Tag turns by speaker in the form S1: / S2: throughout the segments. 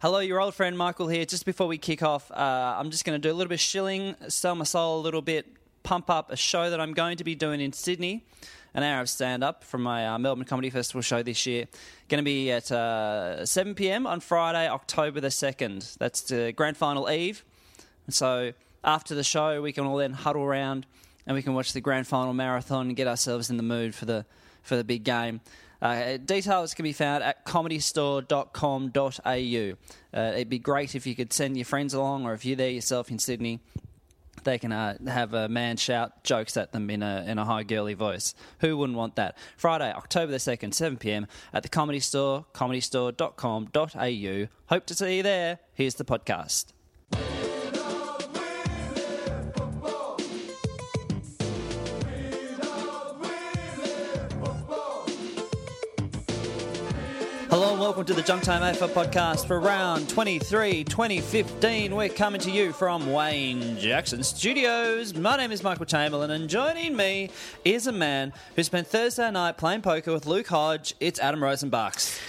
S1: Hello, your old friend Michael here. Just before we kick off, uh, I'm just going to do a little bit of shilling, sell my soul a little bit, pump up a show that I'm going to be doing in Sydney, an hour of stand up from my uh, Melbourne Comedy Festival show this year. Going to be at uh, 7 p.m. on Friday, October the 2nd. That's the grand final eve. And so after the show, we can all then huddle around and we can watch the grand final marathon and get ourselves in the mood for the for the big game. Uh, details can be found at comedystore.com.au. Uh, it'd be great if you could send your friends along, or if you're there yourself in Sydney, they can uh, have a man shout jokes at them in a in a high girly voice. Who wouldn't want that? Friday, October the second, seven pm at the Comedy Store, comedystore.com.au. Hope to see you there. Here's the podcast. Hello and welcome to the Junk Time AFL podcast for round 23, 2015. We're coming to you from Wayne Jackson Studios. My name is Michael Chamberlain, and joining me is a man who spent Thursday night playing poker with Luke Hodge. It's Adam Rosenbachs.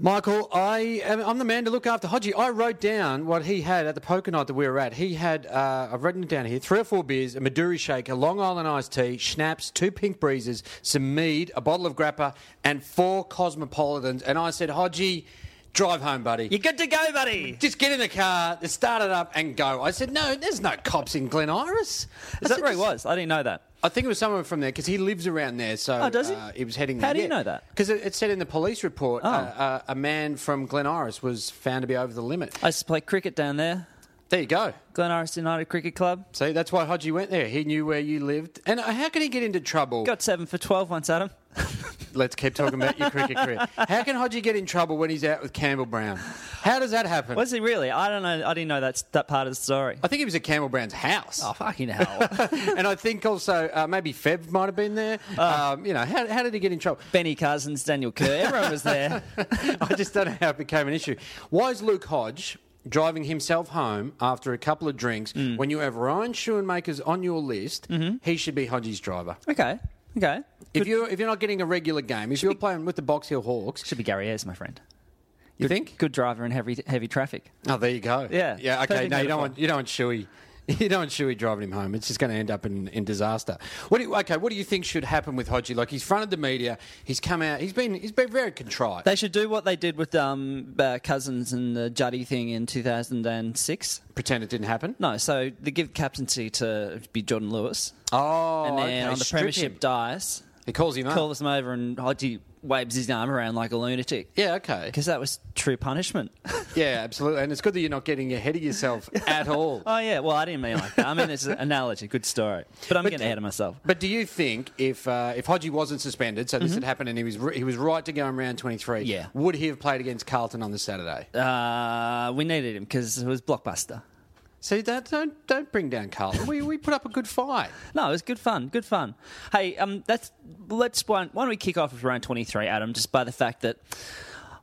S2: Michael, I am, I'm the man to look after Hodgie. I wrote down what he had at the poker night that we were at. He had, uh, I've written it down here, three or four beers, a Maduri shake, a Long Island iced tea, schnapps, two pink breezes, some mead, a bottle of grappa, and four cosmopolitans. And I said, Hodgie, drive home, buddy.
S1: You're good to go, buddy.
S2: just get in the car, start it up, and go. I said, no, there's no cops in Glen Iris. I
S1: Is that
S2: said,
S1: where he was? I didn't know that.
S2: I think it was someone from there because he lives around there. So
S1: Oh, does he?
S2: Uh, he was heading.
S1: How do you know that? Oh.
S2: Because it, it said in the police report uh, uh, a man from Glen Iris was found to be over the limit.
S1: I used to play cricket down there,
S2: There you go.
S1: Glen Iris United Cricket Club.
S2: See, that's why Hodgie went there. He knew where you lived. And uh, how can he get into trouble?
S1: Got seven for 12 once, Adam.
S2: Let's keep talking about your cricket career. How can Hodgie get in trouble when he's out with Campbell Brown? How does that happen?
S1: Was he really? I don't know. I didn't know that, that part of the story.
S2: I think he was at Campbell Brown's house.
S1: Oh, fucking hell.
S2: and I think also uh, maybe Feb might have been there.
S1: Oh.
S2: um, you know, how, how did he get in trouble?
S1: Benny Cousins, Daniel Kerr, everyone was there.
S2: I just don't know how it became an issue. Why is Luke Hodge driving himself home after a couple of drinks
S1: Mm.
S2: when you have Ryan Schoenmakers on your list?
S1: Mm-hmm.
S2: He should be Hodge's driver.
S1: Okay. Okay.
S2: If you're if you're not getting a regular game, if you're playing with the Box Hill Hawks,
S1: Should be Gary Ayres, my friend.
S2: you think?
S1: Good driver in heavy heavy traffic.
S2: Oh, there you go.
S1: Yeah.
S2: yeah. Okay,
S1: Perfect
S2: no, you
S1: metaphor.
S2: don't want you don't want Shuey. You don't want Shuey driving him home. It's just going to end up in, in disaster. What do you, okay, what do you think should happen with Hodgie? Like he's fronted the media. He's come out. He's been he's been very contrite.
S1: They should do what they did with um, uh, Cousins and the Juddy thing in 2006.
S2: Pretend it didn't happen.
S1: No, so they give captaincy to be Jordan Lewis.
S2: Oh,
S1: and then
S2: okay,
S1: on the
S2: strip
S1: premiership
S2: him.
S1: dies,
S2: he calls him up.
S1: calls him over and Hodgie waves his arm around like a lunatic.
S2: Yeah, okay.
S1: Because that was true punishment.
S2: Yeah, absolutely. And it's good that you're not getting ahead of yourself at all.
S1: oh, yeah. Well, I didn't mean like that. I mean, it's an analogy. Good story. But I'm getting ahead of myself.
S2: But do you think if uh, if Hodgie wasn't suspended, so this had happened and he was r he was right to go in round 23,
S1: Mm-hmm. Yeah.
S2: would he have played against Carlton on the Saturday?
S1: Uh, we needed him because it was blockbuster.
S2: See, that don't don't bring down Carlton. we we put up a good fight.
S1: No, it was good fun. Good fun. Hey, um, that's let's why why don't we kick off with round twenty three, Adam? Just by the fact that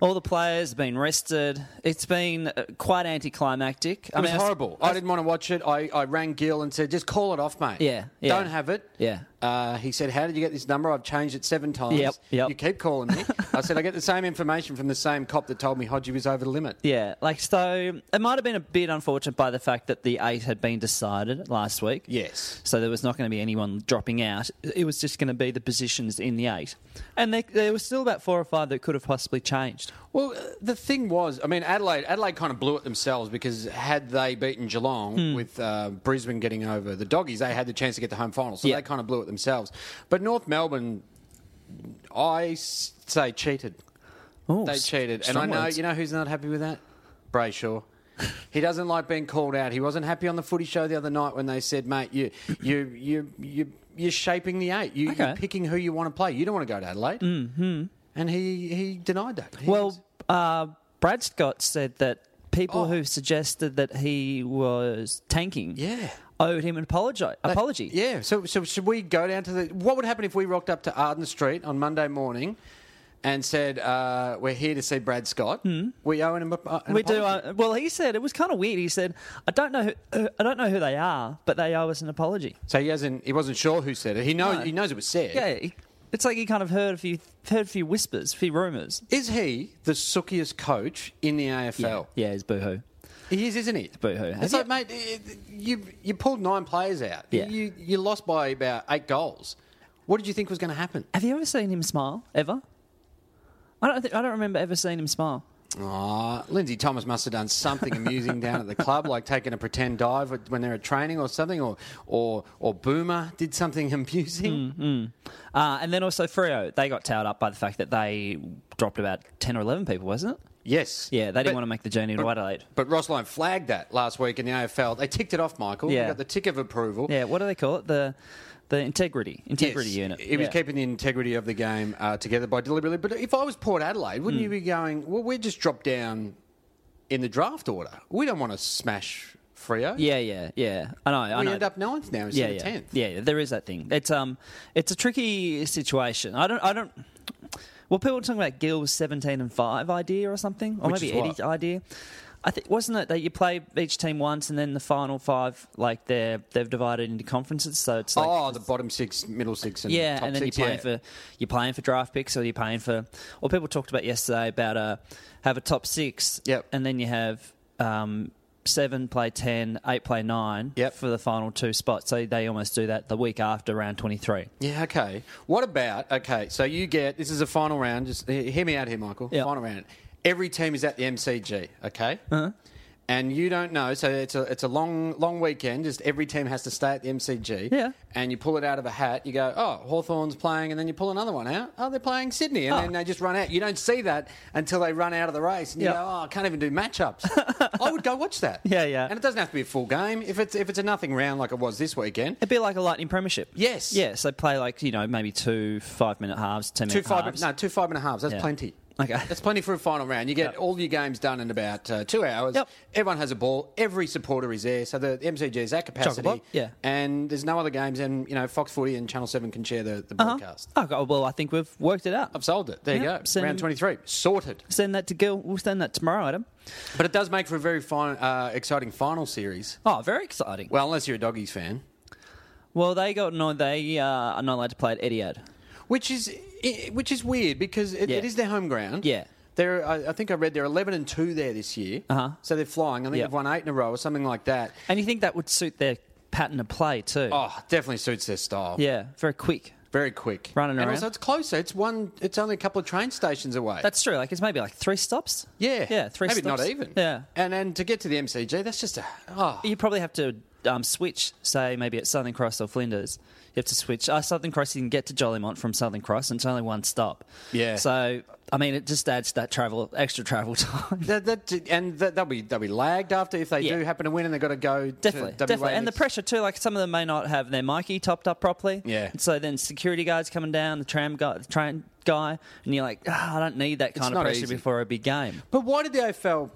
S1: all the players have been rested. It's been uh, quite anticlimactic.
S2: It was horrible. I, didn't want to watch it. I, I rang Gil and said, just call it off, mate.
S1: Yeah, yeah.
S2: Don't have it.
S1: Yeah.
S2: Uh, he said, how did you get this number? I've changed it seven times.
S1: Yep, yep.
S2: You keep calling me. I said, I get the same information from the same cop that told me Hodgie was over the limit.
S1: yeah, like so, it might have been a bit unfortunate by the fact that the eight had been decided last week.
S2: Yes.
S1: so there was not going to be anyone dropping out. It was just going to be the positions in the eight, and there, there was still about four or five that could have possibly changed.
S2: Well, uh, the thing was, I mean, Adelaide, Adelaide kind of blew it themselves because had they beaten Geelong
S1: Hmm.
S2: with uh, Brisbane getting over the doggies, they had the chance to get the home final. So
S1: Yeah.
S2: they kind of blew it themselves. But North Melbourne, I s- say cheated.
S1: Oh,
S2: They
S1: s-
S2: cheated, and I
S1: strong
S2: know
S1: words.
S2: you know who's not happy with that. Brayshaw. He doesn't like being called out. He wasn't happy on the footy show the other night when they said, "Mate, you you you you." You're shaping the eight. You,
S1: Okay.
S2: You're picking who you want to play. You don't want to go to Adelaide. Mm-hmm. and he he denied that. He was- Oh.
S1: Well, uh, Brad Scott said that people who suggested that he was tanking
S2: Yeah.
S1: owed him an apology. apology.
S2: yeah. So so should we go down to the? What would happen if we rocked up to Arden Street on Monday morning? And said, uh, "We're here to see Brad Scott. We owe him a, an
S1: Hmm. We do.
S2: apology.
S1: Uh, well, he said it was kind of weird. He said, "I don't know. Who, uh, I don't know who they are, but they owe us an apology."
S2: So he hasn't. He wasn't sure who said it. He knows. He knows it was said.
S1: Yeah, he, it's like he kind of heard a few, heard a few whispers, a few rumors.
S2: Is he the suckiest coach in the AFL?
S1: Yeah, it's boohoo.
S2: He is, isn't he?
S1: Boo hoo.
S2: It's like, mate, eh, you you pulled nine players out.
S1: Yeah.
S2: You you lost by about eight goals. What did you think was going to happen?
S1: Have you ever seen him smile ever? I don't. Think, I don't remember ever seeing him smile.
S2: Ah, Lindsay Thomas must have done something amusing down at the club, like taking a pretend dive when they're at training or something, or or or Boomer did something amusing.
S1: Mm-hmm. Uh, and then also Frio, they got towed up by the fact that they dropped about ten or eleven people, wasn't it?
S2: Yes.
S1: Yeah, they didn't
S2: But-
S1: want to make the journey to Adelaide.
S2: But Rossline flagged that last week in the AFL. They ticked it off, Michael. They
S1: Yeah.
S2: got the tick of approval.
S1: Yeah, what do they call it? The the integrity integrity
S2: Yes,
S1: unit.
S2: It was
S1: Yeah.
S2: keeping the integrity of the game uh, together by deliberately. But if I was Port Adelaide, wouldn't
S1: Mm.
S2: you be going, well, we just dropped down in the draft order. We don't want to smash Frio.
S1: Yeah, yeah, yeah. I know. I
S2: We
S1: know.
S2: end up ninth now
S1: yeah,
S2: instead
S1: yeah,
S2: of tenth.
S1: yeah, yeah. There is that thing. It's um, it's a tricky situation. I don't, I don't. Well, people were talking about Gill's seventeen and five idea or something, or
S2: Which
S1: maybe
S2: is what?
S1: Eddie's idea. I think wasn't it that you play each team once and then the final five, like they're they've divided into conferences, so it's like
S2: oh, the bottom six, middle six, and
S1: yeah,
S2: top
S1: and then
S2: six.
S1: you're paying
S2: yeah.
S1: for you're paying for draft picks, or you're paying for. Well, people talked about yesterday about uh, have a top six,
S2: Yep.
S1: and then you have um, seven play ten, eight play nine,
S2: Yep.
S1: for the final two spots. So they almost do that the week after round twenty three.
S2: Yeah, okay. What about okay? So you get this is a final round. Just he- hear me out here, Michael.
S1: Yeah.
S2: Final round. Every team is at the MCG, okay? Uh-huh. And you don't know, so it's a it's a long long weekend. Just every team has to stay at the MCG.
S1: Yeah.
S2: And you pull it out of a hat. You go, oh, Hawthorn's playing, and then you pull another one out. Oh, they're playing Sydney, and then they just run out. You don't see that until they run out of the race, and you
S1: Yeah.
S2: go, oh, I can't even do matchups. I would go watch that.
S1: Yeah, yeah.
S2: And it doesn't have to be a full game. If it's if it's a nothing round like it was this weekend,
S1: It'd be like a lightning premiership.
S2: Yes.
S1: yeah. So play like you know maybe two five minute halves, ten
S2: Two
S1: minute
S2: five,
S1: halves.
S2: no, two five and a halves. That's
S1: Yeah.
S2: plenty.
S1: Okay.
S2: that's plenty for a final round. You get all your games done in about uh, two hours.
S1: Yep.
S2: Everyone has a ball. Every supporter is there. So the MCG is at capacity.
S1: Chock-a-block, yeah.
S2: and there's no other games. And you know, Fox Footy and Channel Seven can share the, the broadcast.
S1: Oh God, well, I think we've worked it out.
S2: I've sold it. There
S1: Yeah,
S2: you go.
S1: send-
S2: round twenty three sorted.
S1: Send that to Gil. We'll send that tomorrow, Adam.
S2: But it does make for a very fine, uh, exciting final series.
S1: Oh, very exciting.
S2: Well, unless you're a doggies fan,
S1: Well, they got no. They uh, are not allowed to play at Etihad.
S2: which is i which is weird because it,
S1: Yeah.
S2: it is their home ground.
S1: Yeah.
S2: They're, I, I think I read they're 11 and 2 there this year. Uh-huh. So they're flying. I think
S1: Yeah.
S2: they've won eight in a row or something like that.
S1: And you think that would suit their pattern of play too?
S2: Oh, definitely suits their style.
S1: Yeah, very quick.
S2: Very quick.
S1: Running
S2: and
S1: around.
S2: also it's closer. It's one it's only a couple of train stations away.
S1: That's true. Like it's maybe like three stops.
S2: yeah.
S1: yeah, three.
S2: Maybe
S1: stops.
S2: not even.
S1: Yeah,
S2: And then to get to the MCG, that's just a oh
S1: you probably have to um, switch. Say maybe at Southern Cross or Flinders, you have to switch. Uh, Southern Cross, you can get to Jollymont from Southern Cross, and it's only one stop.
S2: Yeah.
S1: So I mean, it just adds that travel, extra travel time.
S2: that, that and that, they'll be they'll be lagged after if they
S1: Yeah.
S2: do happen to win and they've got to go
S1: Definitely,
S2: to WA
S1: definitely, and the
S2: next-
S1: pressure too. Like some of them may not have their Mikey topped up properly.
S2: Yeah.
S1: And so then security guards coming down, the tram guy, the train guy, and you're like, ah, I don't need that kind of
S2: not
S1: pressure
S2: easy.
S1: before a big game.
S2: But why did the AFL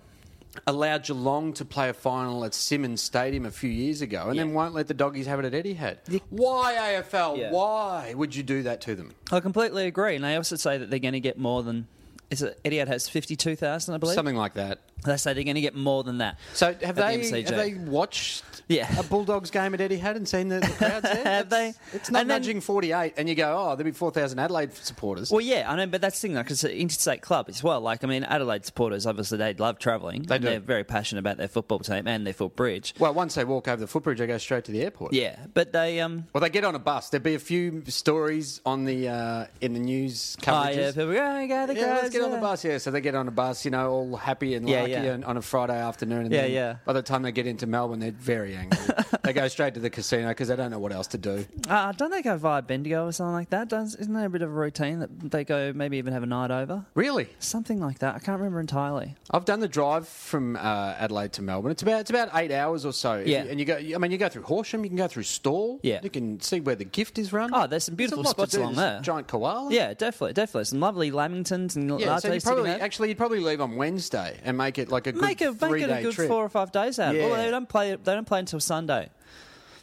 S2: allow Geelong to play a final at Simmons Stadium a few years ago and then won't let the doggies have it at Etihad? Why AFL?
S1: Yeah.
S2: Why would you do that to them?
S1: I completely agree, and they also say that they're going to get more than. Is it Etihad has fifty two thousand? I believe.
S2: Something like that.
S1: They say they're going to get more than that.
S2: So have
S1: at the
S2: they
S1: MCG.
S2: have they watched
S1: Yeah.
S2: a Bulldogs game at Etihad and seen the, the crowds there?
S1: Have
S2: That's-
S1: they?
S2: It's not
S1: And then-
S2: nudging 48 and you go, oh, there'll be 4,000 Adelaide supporters.
S1: Well, yeah, I know, but that's the thing, like, it's an interstate club as well. Like, I mean, Adelaide supporters, obviously, they love travelling. They
S2: do.
S1: They're very passionate about their football team and their footbridge.
S2: Well, once they walk over the footbridge, they go straight to the airport.
S1: Yeah, but they, um,
S2: Well, they get on a bus. There'd be a few stories on the uh, in the news
S1: oh,
S2: coverages.
S1: yeah, people go, "Oh, go, the
S2: Yeah, let's
S1: crowds,
S2: get on the
S1: yeah."
S2: bus. Yeah, so they get on a bus, you know, all happy and
S1: Yeah,
S2: laughing Jackie
S1: yeah.
S2: on, on a Friday afternoon. And
S1: Yeah,
S2: then
S1: yeah.
S2: By the time they get into Melbourne, they're very angry. they go straight to the casino because they don't know what else to do.
S1: Uh, don't they go via Bendigo or something like that? Does, isn't there a bit of a routine that they go maybe even have a night over?
S2: Really,
S1: Something like that. I can't remember entirely.
S2: I've done the drive from uh, Adelaide to Melbourne. It's about it's about eight hours or so. If
S1: Yeah.
S2: you- and you go. I mean, you go through Horsham. You can go through Stall.
S1: Yeah.
S2: you can see where the gift is run.
S1: Oh, there's some beautiful
S2: a lot to
S1: spots
S2: do.
S1: along
S2: There's
S1: there.
S2: Giant koala.
S1: Yeah, definitely, definitely. Some lovely lamingtons and
S2: Yeah,
S1: lattes.
S2: so you
S1: to be
S2: probably
S1: had.
S2: actually you'd probably leave on Wednesday and make it like a good
S1: make it make
S2: three
S1: it
S2: day
S1: a good
S2: trip.
S1: four or five days out. Well,
S2: Yeah.
S1: they don't play. They don't play until Sunday.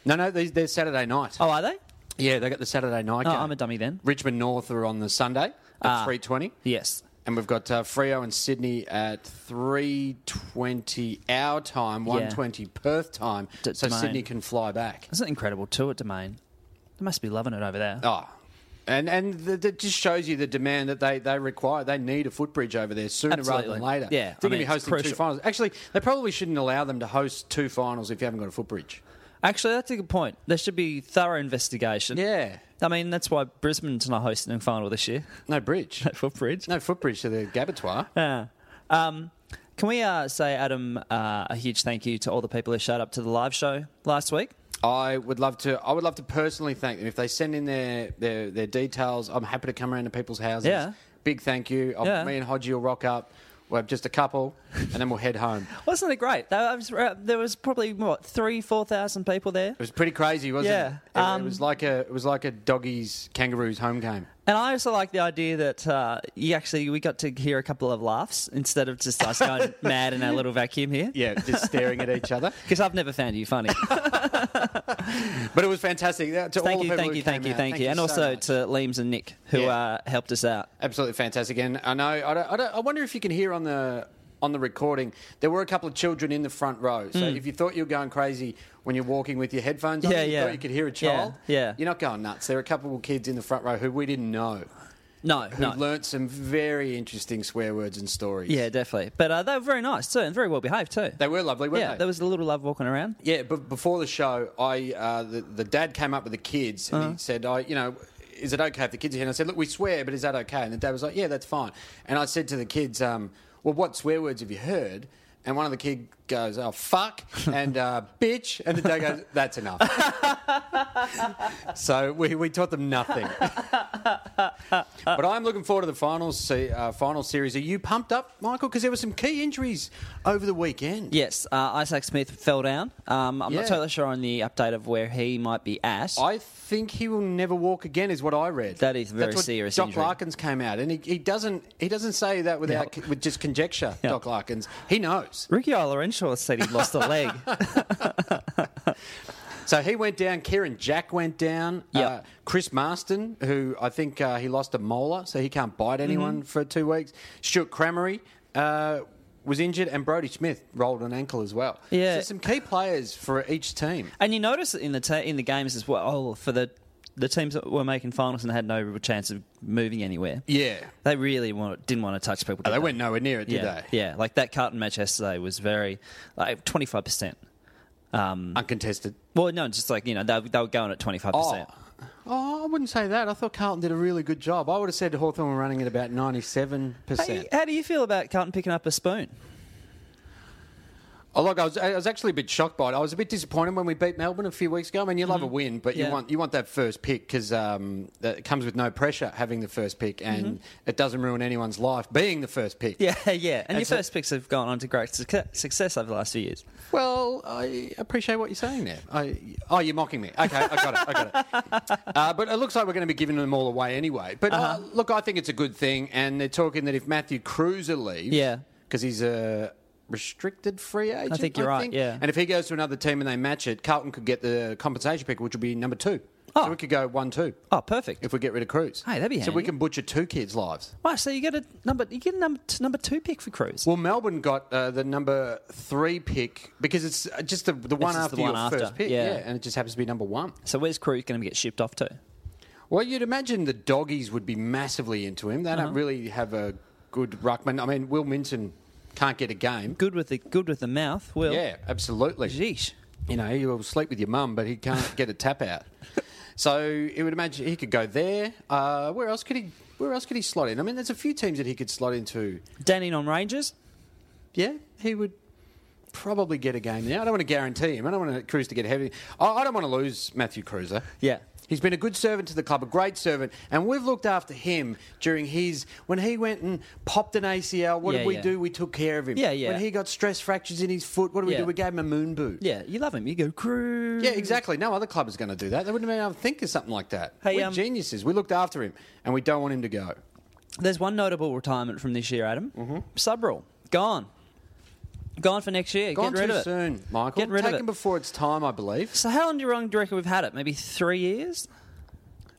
S2: No, no, they, they're Saturday night.
S1: Oh, are they?
S2: yeah, they got the Saturday night.
S1: Oh,
S2: game.
S1: I'm a dummy then.
S2: Richmond North are on the Sunday
S1: Ah.
S2: at three twenty,
S1: Yes.
S2: and we've got uh, Frio and Sydney at three twenty our time, one twenty Perth time,
S1: D-
S2: so
S1: Domain.
S2: Sydney can fly back.
S1: That's an incredible tour at Domain. They must be loving it over there.
S2: Oh. And and th- that just shows you the demand that they, they require. They need a footbridge over there sooner rather
S1: Absolutely.
S2: than later.
S1: Yeah, I
S2: they're
S1: mean,
S2: going to be
S1: it's
S2: hosting two
S1: crucial.
S2: finals. Actually, they probably shouldn't allow them to host two finals if you haven't got a footbridge.
S1: Actually, that's a good point. There should be thorough investigation.
S2: Yeah,
S1: I mean, that's why Brisbane's not hosting a final this year.
S2: no bridge,
S1: Footbridge.
S2: no footbridge to the Gabatoir.
S1: Yeah. Um, can we uh, say, Adam, uh, a huge thank you to all the people who showed up to the live show last week?
S2: I would love to. I would love to personally thank them if they send in their their, their details. I'm happy to come around to people's houses.
S1: Yeah.
S2: Big thank you. I'll,
S1: Yeah.
S2: Me and Hodgie will rock up. We'll have just a couple, and then we'll head home.
S1: Wasn't it great? There was, uh, there was probably what three, four thousand people there,
S2: It was pretty crazy, wasn't
S1: Yeah.
S2: it? It,
S1: Um,
S2: it was like a it was like a doggies kangaroos home game.
S1: and I also like the idea that uh, you actually we got to hear a couple of laughs instead of just us going mad in our little vacuum here.
S2: Yeah, just staring at each other.
S1: Because I've never found you funny.
S2: But it was fantastic. Yeah, To all
S1: thank
S2: the
S1: you,
S2: people
S1: thank
S2: who
S1: you,
S2: came
S1: thank you,
S2: out,
S1: thank you, and
S2: so
S1: also
S2: much.
S1: to Leams and Nick who
S2: Yeah.
S1: uh, helped us out.
S2: Absolutely fantastic, and I know I, don't, I, don't, I wonder if you can hear on the on the recording there were a couple of children in the front row. So if you thought you were going crazy when you're walking with your headphones on,
S1: Hmm. Yeah,
S2: you
S1: yeah.
S2: thought you could hear a
S1: Yeah,
S2: child.
S1: yeah.
S2: you're not going nuts. There are a couple of kids in the front row who we didn't know
S1: No,
S2: who
S1: no,
S2: learnt some very interesting swear words and stories.
S1: yeah, definitely. But uh, they were very nice too, and very well behaved too.
S2: they were lovely, weren't
S1: yeah,
S2: they?
S1: there was a little love walking around.
S2: Yeah, but before the show, I uh, the, the dad came up with the kids and he said, "I, you know, is it okay if the kids are here?" And I said, "Look, we swear, but is that okay?" And the dad was like, "Yeah, that's fine." And I said to the kids, um, "Well, what swear words have you heard?" And one of the kids goes, "Oh fuck," and uh, "bitch," and the dad goes, "That's enough." so we, we taught them nothing. but I'm looking forward to the final se- uh, final series. Are you pumped up, Michael? Because there were some key injuries over the weekend.
S1: Yes, uh, Isaac Smith fell down. Um, I'm
S2: Yeah.
S1: not totally sure on the update of where he might be at.
S2: I think he will never walk again, is what I read.
S1: That is a very
S2: That's what
S1: serious
S2: Doc
S1: injury.
S2: Larkins came out, and he, he doesn't he doesn't say that without with just conjecture.
S1: No.
S2: Doc Larkins, he knows.
S1: Ricky Olorenshaw said he lost a leg.
S2: So he went down. Kieran Jack went down. uh,
S1: Yep.
S2: Chris Marston, who I think uh, he lost a molar, so he can't bite
S1: Mm-hmm.
S2: anyone for two weeks. Stuart Cramery. Uh, was injured and Brody Smith rolled an ankle as well.
S1: Yeah.
S2: so some key players for each team.
S1: and you notice in the ta- in the games as well oh, for the the teams that were making finals and had no real chance of moving anywhere.
S2: Yeah,
S1: They really want, didn't want to touch people.
S2: Oh,
S1: did
S2: they went nowhere near it,
S1: yeah,
S2: did they?
S1: Yeah, like that Carlton match yesterday was very like 25 percent.
S2: Uncontested.
S1: Well, no, just like you know they, they were going at 25 percent.
S2: Oh, I wouldn't say that. I thought Carlton did a really good job. I would have said Hawthorn were running at about 97%.
S1: How do you feel about Carlton picking up a spoon?
S2: Oh, look, I was, I was actually a bit shocked by it. I was a bit disappointed when we beat Melbourne a few weeks ago. I mean, you love a win, but
S1: Yeah.
S2: you want you want that first pick because um, that- it comes with no pressure having the first pick, and it doesn't ruin anyone's life being the first pick.
S1: Yeah, yeah. And your
S2: It's a-
S1: first picks have gone on to great suc- success over the last few years.
S2: Well, I appreciate what you're saying there. I, oh, you're mocking me. Okay, I got it. I got it. Uh, but it looks like we're going to be giving them all away anyway. But
S1: Uh-huh.
S2: uh, look, I think it's a good thing. And they're talking that if Matthew Cruiser leaves,
S1: Yeah.
S2: because he's a restricted free agent.
S1: think you're right, yeah.
S2: And if he goes to another team and they match it, Carlton could get the compensation pick, which would be number two.
S1: Oh.
S2: So we could go one two
S1: Oh, perfect.
S2: if we get rid of Cruz.
S1: Hey, that'd be
S2: so
S1: handy.
S2: we can butcher two kids' lives.
S1: Right, so you get a number. You get a number t- number two pick for Cruz.
S2: Well, Melbourne got uh, the number three pick because it's uh, just the, the one
S1: just the
S2: after
S1: one
S2: your
S1: after,
S2: first pick,
S1: yeah.
S2: and it just happens to be number one.
S1: so where's Cruz going to get shipped off to?
S2: Well, you'd imagine the doggies would be massively into him. They
S1: Uh-huh.
S2: don't really have a good ruckman. I mean, Will Minton can't get a game.
S1: Good with the good with the mouth. Will.
S2: Yeah, absolutely.
S1: Sheesh.
S2: You know, he'll sleep with your mum, but he can't get a tap out. So you would imagine he could go there. Uh, where else could he? Where else could he slot in? I mean, there's a few teams that he could slot into.
S1: Danny on Rangers.
S2: yeah, he would probably get a game now. I don't want to guarantee him. I don't want Cruz to get heavy. I, I don't want to lose Matthew Cruiser.
S1: Yeah.
S2: He's been a good servant to the club, a great servant, and we've looked after him during his when he went and popped an ACL. What
S1: Yeah,
S2: did we
S1: yeah.
S2: do? We took care of him.
S1: Yeah, yeah.
S2: When he got stress fractures in his foot, what did we
S1: Yeah.
S2: do? We gave him a moon boot.
S1: Yeah, you love him. You go, Cruz.
S2: Yeah, exactly. No other club is going to do that. They wouldn't have been able to think of something like that.
S1: Hey,
S2: We're
S1: um,
S2: geniuses. We looked after him, and we don't want him to go.
S1: There's one notable retirement from this year, Adam. Mm-hmm. Subrule. Gone. Gone for next year.
S2: Gone
S1: Get rid
S2: too
S1: of it.
S2: soon, Michael.
S1: Get rid
S2: Take
S1: of it.
S2: him before it's time, I believe.
S1: So how long do you reckon- do you reckon we've had it? Maybe three years?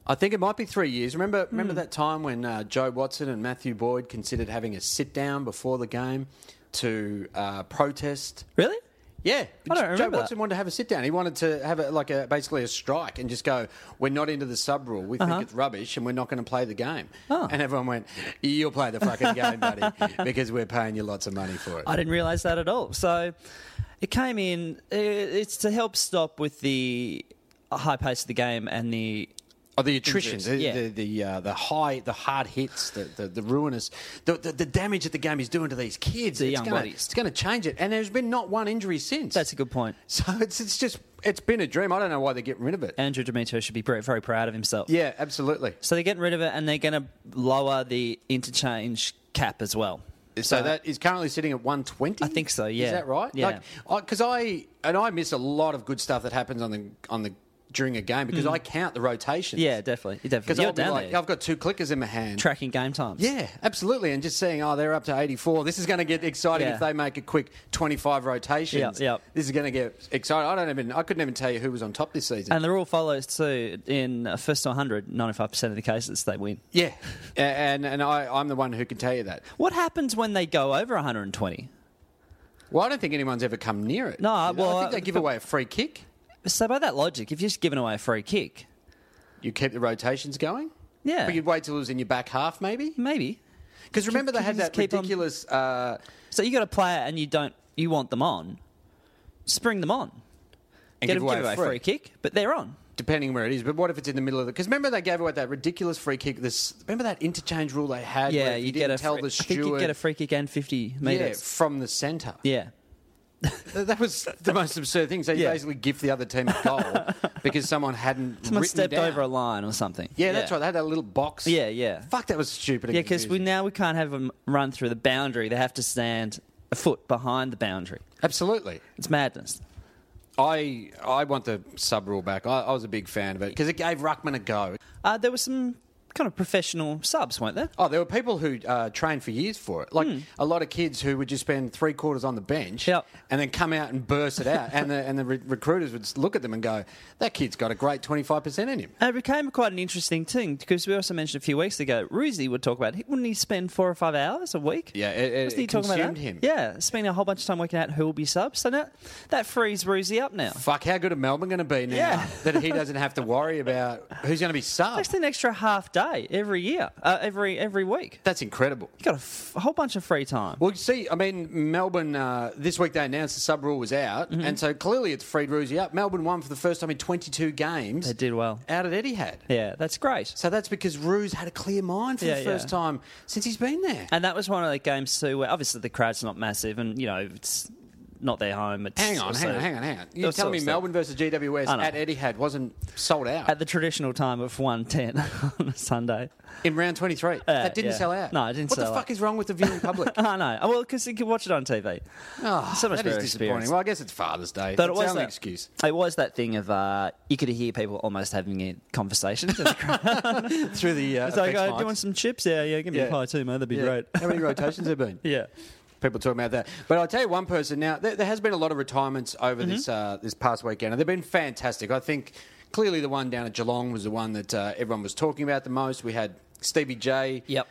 S2: I think it might be three years. Remember,
S1: Hmm.
S2: remember that time when uh, Joe Watson and Matthew Boyd considered having a sit down before the game to uh, protest.
S1: Really?
S2: Yeah,
S1: I don't
S2: Joe
S1: remember that.
S2: Watson wanted to have a sit down. He wanted to have a, like a basically a strike and just go, "We're not into the sub rule. We
S1: Uh-huh.
S2: think it's rubbish, and we're not going to play the game."
S1: Oh.
S2: And everyone went, "You'll play the fucking game, buddy, because we're paying you lots of money for it."
S1: I didn't realise that at all. So it came in. i- It's to help stop with the high pace of the game and the.
S2: Oh, the attrition, the
S1: Injuries, yeah.
S2: the the, uh, the high, the hard hits, the the, the ruinous, the, the the damage that the game is doing to these kids.
S1: The
S2: it's
S1: young
S2: gonna,
S1: bodies.
S2: It's going to change it, and there's been not one injury since.
S1: That's a good point.
S2: So it's it's just it's been a dream. I don't know why they're getting rid of it.
S1: Andrew Demetrio should be very, very proud of himself.
S2: yeah, absolutely.
S1: So they're getting rid of it and they're going to lower the interchange cap as well.
S2: So that is currently sitting at 120.
S1: I think so, yeah.
S2: Is that right?
S1: Yeah.
S2: Because I and I miss a lot of good stuff that happens on the on the during a game because I count the rotations.
S1: Hmm. Yeah, definitely. You
S2: Because
S1: definitely. You're
S2: I'll be
S1: down
S2: like,
S1: there
S2: I've got two clickers in my hand.
S1: tracking game times.
S2: Yeah, absolutely. And just seeing, oh, they're up to 84. This is going to get exciting
S1: Yeah.
S2: if they make a quick 25 rotations.
S1: Yep, yep.
S2: This is going to get exciting. I don't even, I couldn't even tell you who was on top this season.
S1: And the rule follows too. In uh, first 100, 95% of the cases they win.
S2: yeah, A- and and I, I'm the one who can tell you that.
S1: What happens when they go over 120?
S2: Well, I don't think anyone's ever come near it.
S1: No,
S2: You know,
S1: well, uh,
S2: I think they give away a free kick.
S1: So by that logic, if you've just given away a free kick,
S2: You keep the rotations going.
S1: Yeah.
S2: but you'd wait till it was in your back half, maybe.
S1: maybe.
S2: Because remember they
S1: can
S2: had
S1: you just
S2: that
S1: keep on-
S2: ridiculous. Uh,
S1: So you got a player and you don't you want them on, spring them on.
S2: And
S1: Get
S2: give
S1: a
S2: away a
S1: give away
S2: free.
S1: free kick, but they're on.
S2: depending where it is. But what if it's in the middle of the? Because remember they gave away that ridiculous free kick. This remember that interchange rule they had.
S1: Yeah,
S2: where if
S1: you,
S2: you,
S1: get
S2: didn't
S1: a
S2: tell
S1: free,
S2: the
S1: I think you
S2: steward.
S1: get a free kick and 50
S2: yeah,
S1: meters.
S2: from the centre.
S1: Yeah.
S2: Th- That was the most absurd thing. So you
S1: Yeah.
S2: basically give the other team a goal because someone hadn't
S1: Someone
S2: written
S1: stepped
S2: down.
S1: over a line or something.
S2: Yeah, that's right. They had that little box.
S1: Yeah, yeah.
S2: Fuck, that was stupid. and
S1: Yeah, because we,
S2: confusing.
S1: now we can't have them run through the boundary. They have to stand a foot behind the boundary.
S2: absolutely.
S1: It's madness.
S2: I I want the sub rule back. I, I was a big fan of it because it gave Ruckman a go.
S1: Uh, there were some kind of professional subs, weren't there?
S2: Oh, there were people who uh, trained for years for it. Like a lot of kids who would just spend three quarters on the bench
S1: Hmm. Yep.
S2: and then come out and burst it out. and the, and the re- recruiters would s- look at them and go, that kid's got a great 25% in him.
S1: And Uh, it became quite an interesting thing because we also mentioned a few weeks ago, Roosie would talk about it. Wouldn't he spend four or five hours a week?
S2: Yeah, it- it-
S1: Wasn't he
S2: it
S1: talking about
S2: consumed
S1: that?
S2: him.
S1: Yeah, spending a whole bunch of time working out who will be subs. So now, that frees Roosie up now.
S2: Fuck, how good are Melbourne going to be now
S1: Yeah.
S2: that he doesn't have to worry about who's going to be sub?
S1: That's an extra half day every year, uh, every every week.
S2: That's incredible.
S1: You got a f- whole bunch of free time.
S2: Well, you see, I mean, Melbourne, uh, this week they announced the sub rule was out,
S1: Mm-hmm.
S2: and so clearly it's freed Roosie up. Melbourne won for the first time in 22 games.
S1: They did well.
S2: Out at Etihad.
S1: Yeah, that's great.
S2: So that's because Ruse had a clear mind for
S1: Yeah,
S2: the
S1: yeah.
S2: first time since he's been there.
S1: And that was one of the games too, where obviously the crowd's not massive, and you know it's not their home. It's
S2: Hang on,
S1: also-
S2: hang on, hang on, hang on.
S1: It
S2: You're
S1: was
S2: telling
S1: sort
S2: me
S1: of
S2: Melbourne versus GWS
S1: I know.
S2: at Etihad wasn't sold out
S1: at the traditional time of one ten on a Sunday.
S2: in round 23? that
S1: Uh,
S2: didn't
S1: yeah.
S2: sell out.
S1: No, it didn't
S2: What
S1: sell
S2: the fuck
S1: out.
S2: is wrong with the viewing public?
S1: I know. Oh, Well, because you can watch it on TV.
S2: oh,
S1: So much
S2: that is
S1: better
S2: disappointing.
S1: experience.
S2: Well, I guess it's Father's Day.
S1: But
S2: That's
S1: it was
S2: our only
S1: that,
S2: excuse.
S1: It was that thing of uh, you could hear people almost having a conversation. in the crowd.
S2: Through the uh,
S1: it's like,
S2: effects
S1: oh, do you
S2: mics.
S1: want some chips? Yeah, yeah. Give me
S2: Yeah.
S1: a pie too, mate. That'd be
S2: Yeah.
S1: great.
S2: How many rotations have been?
S1: yeah.
S2: people talking about that. But I'll tell you one person now. There, there has been a lot of retirements over this uh, this past weekend, and they've been fantastic. I think clearly the one down at Geelong was the one that uh, everyone was talking about the most. We had Stevie J.
S1: Yep.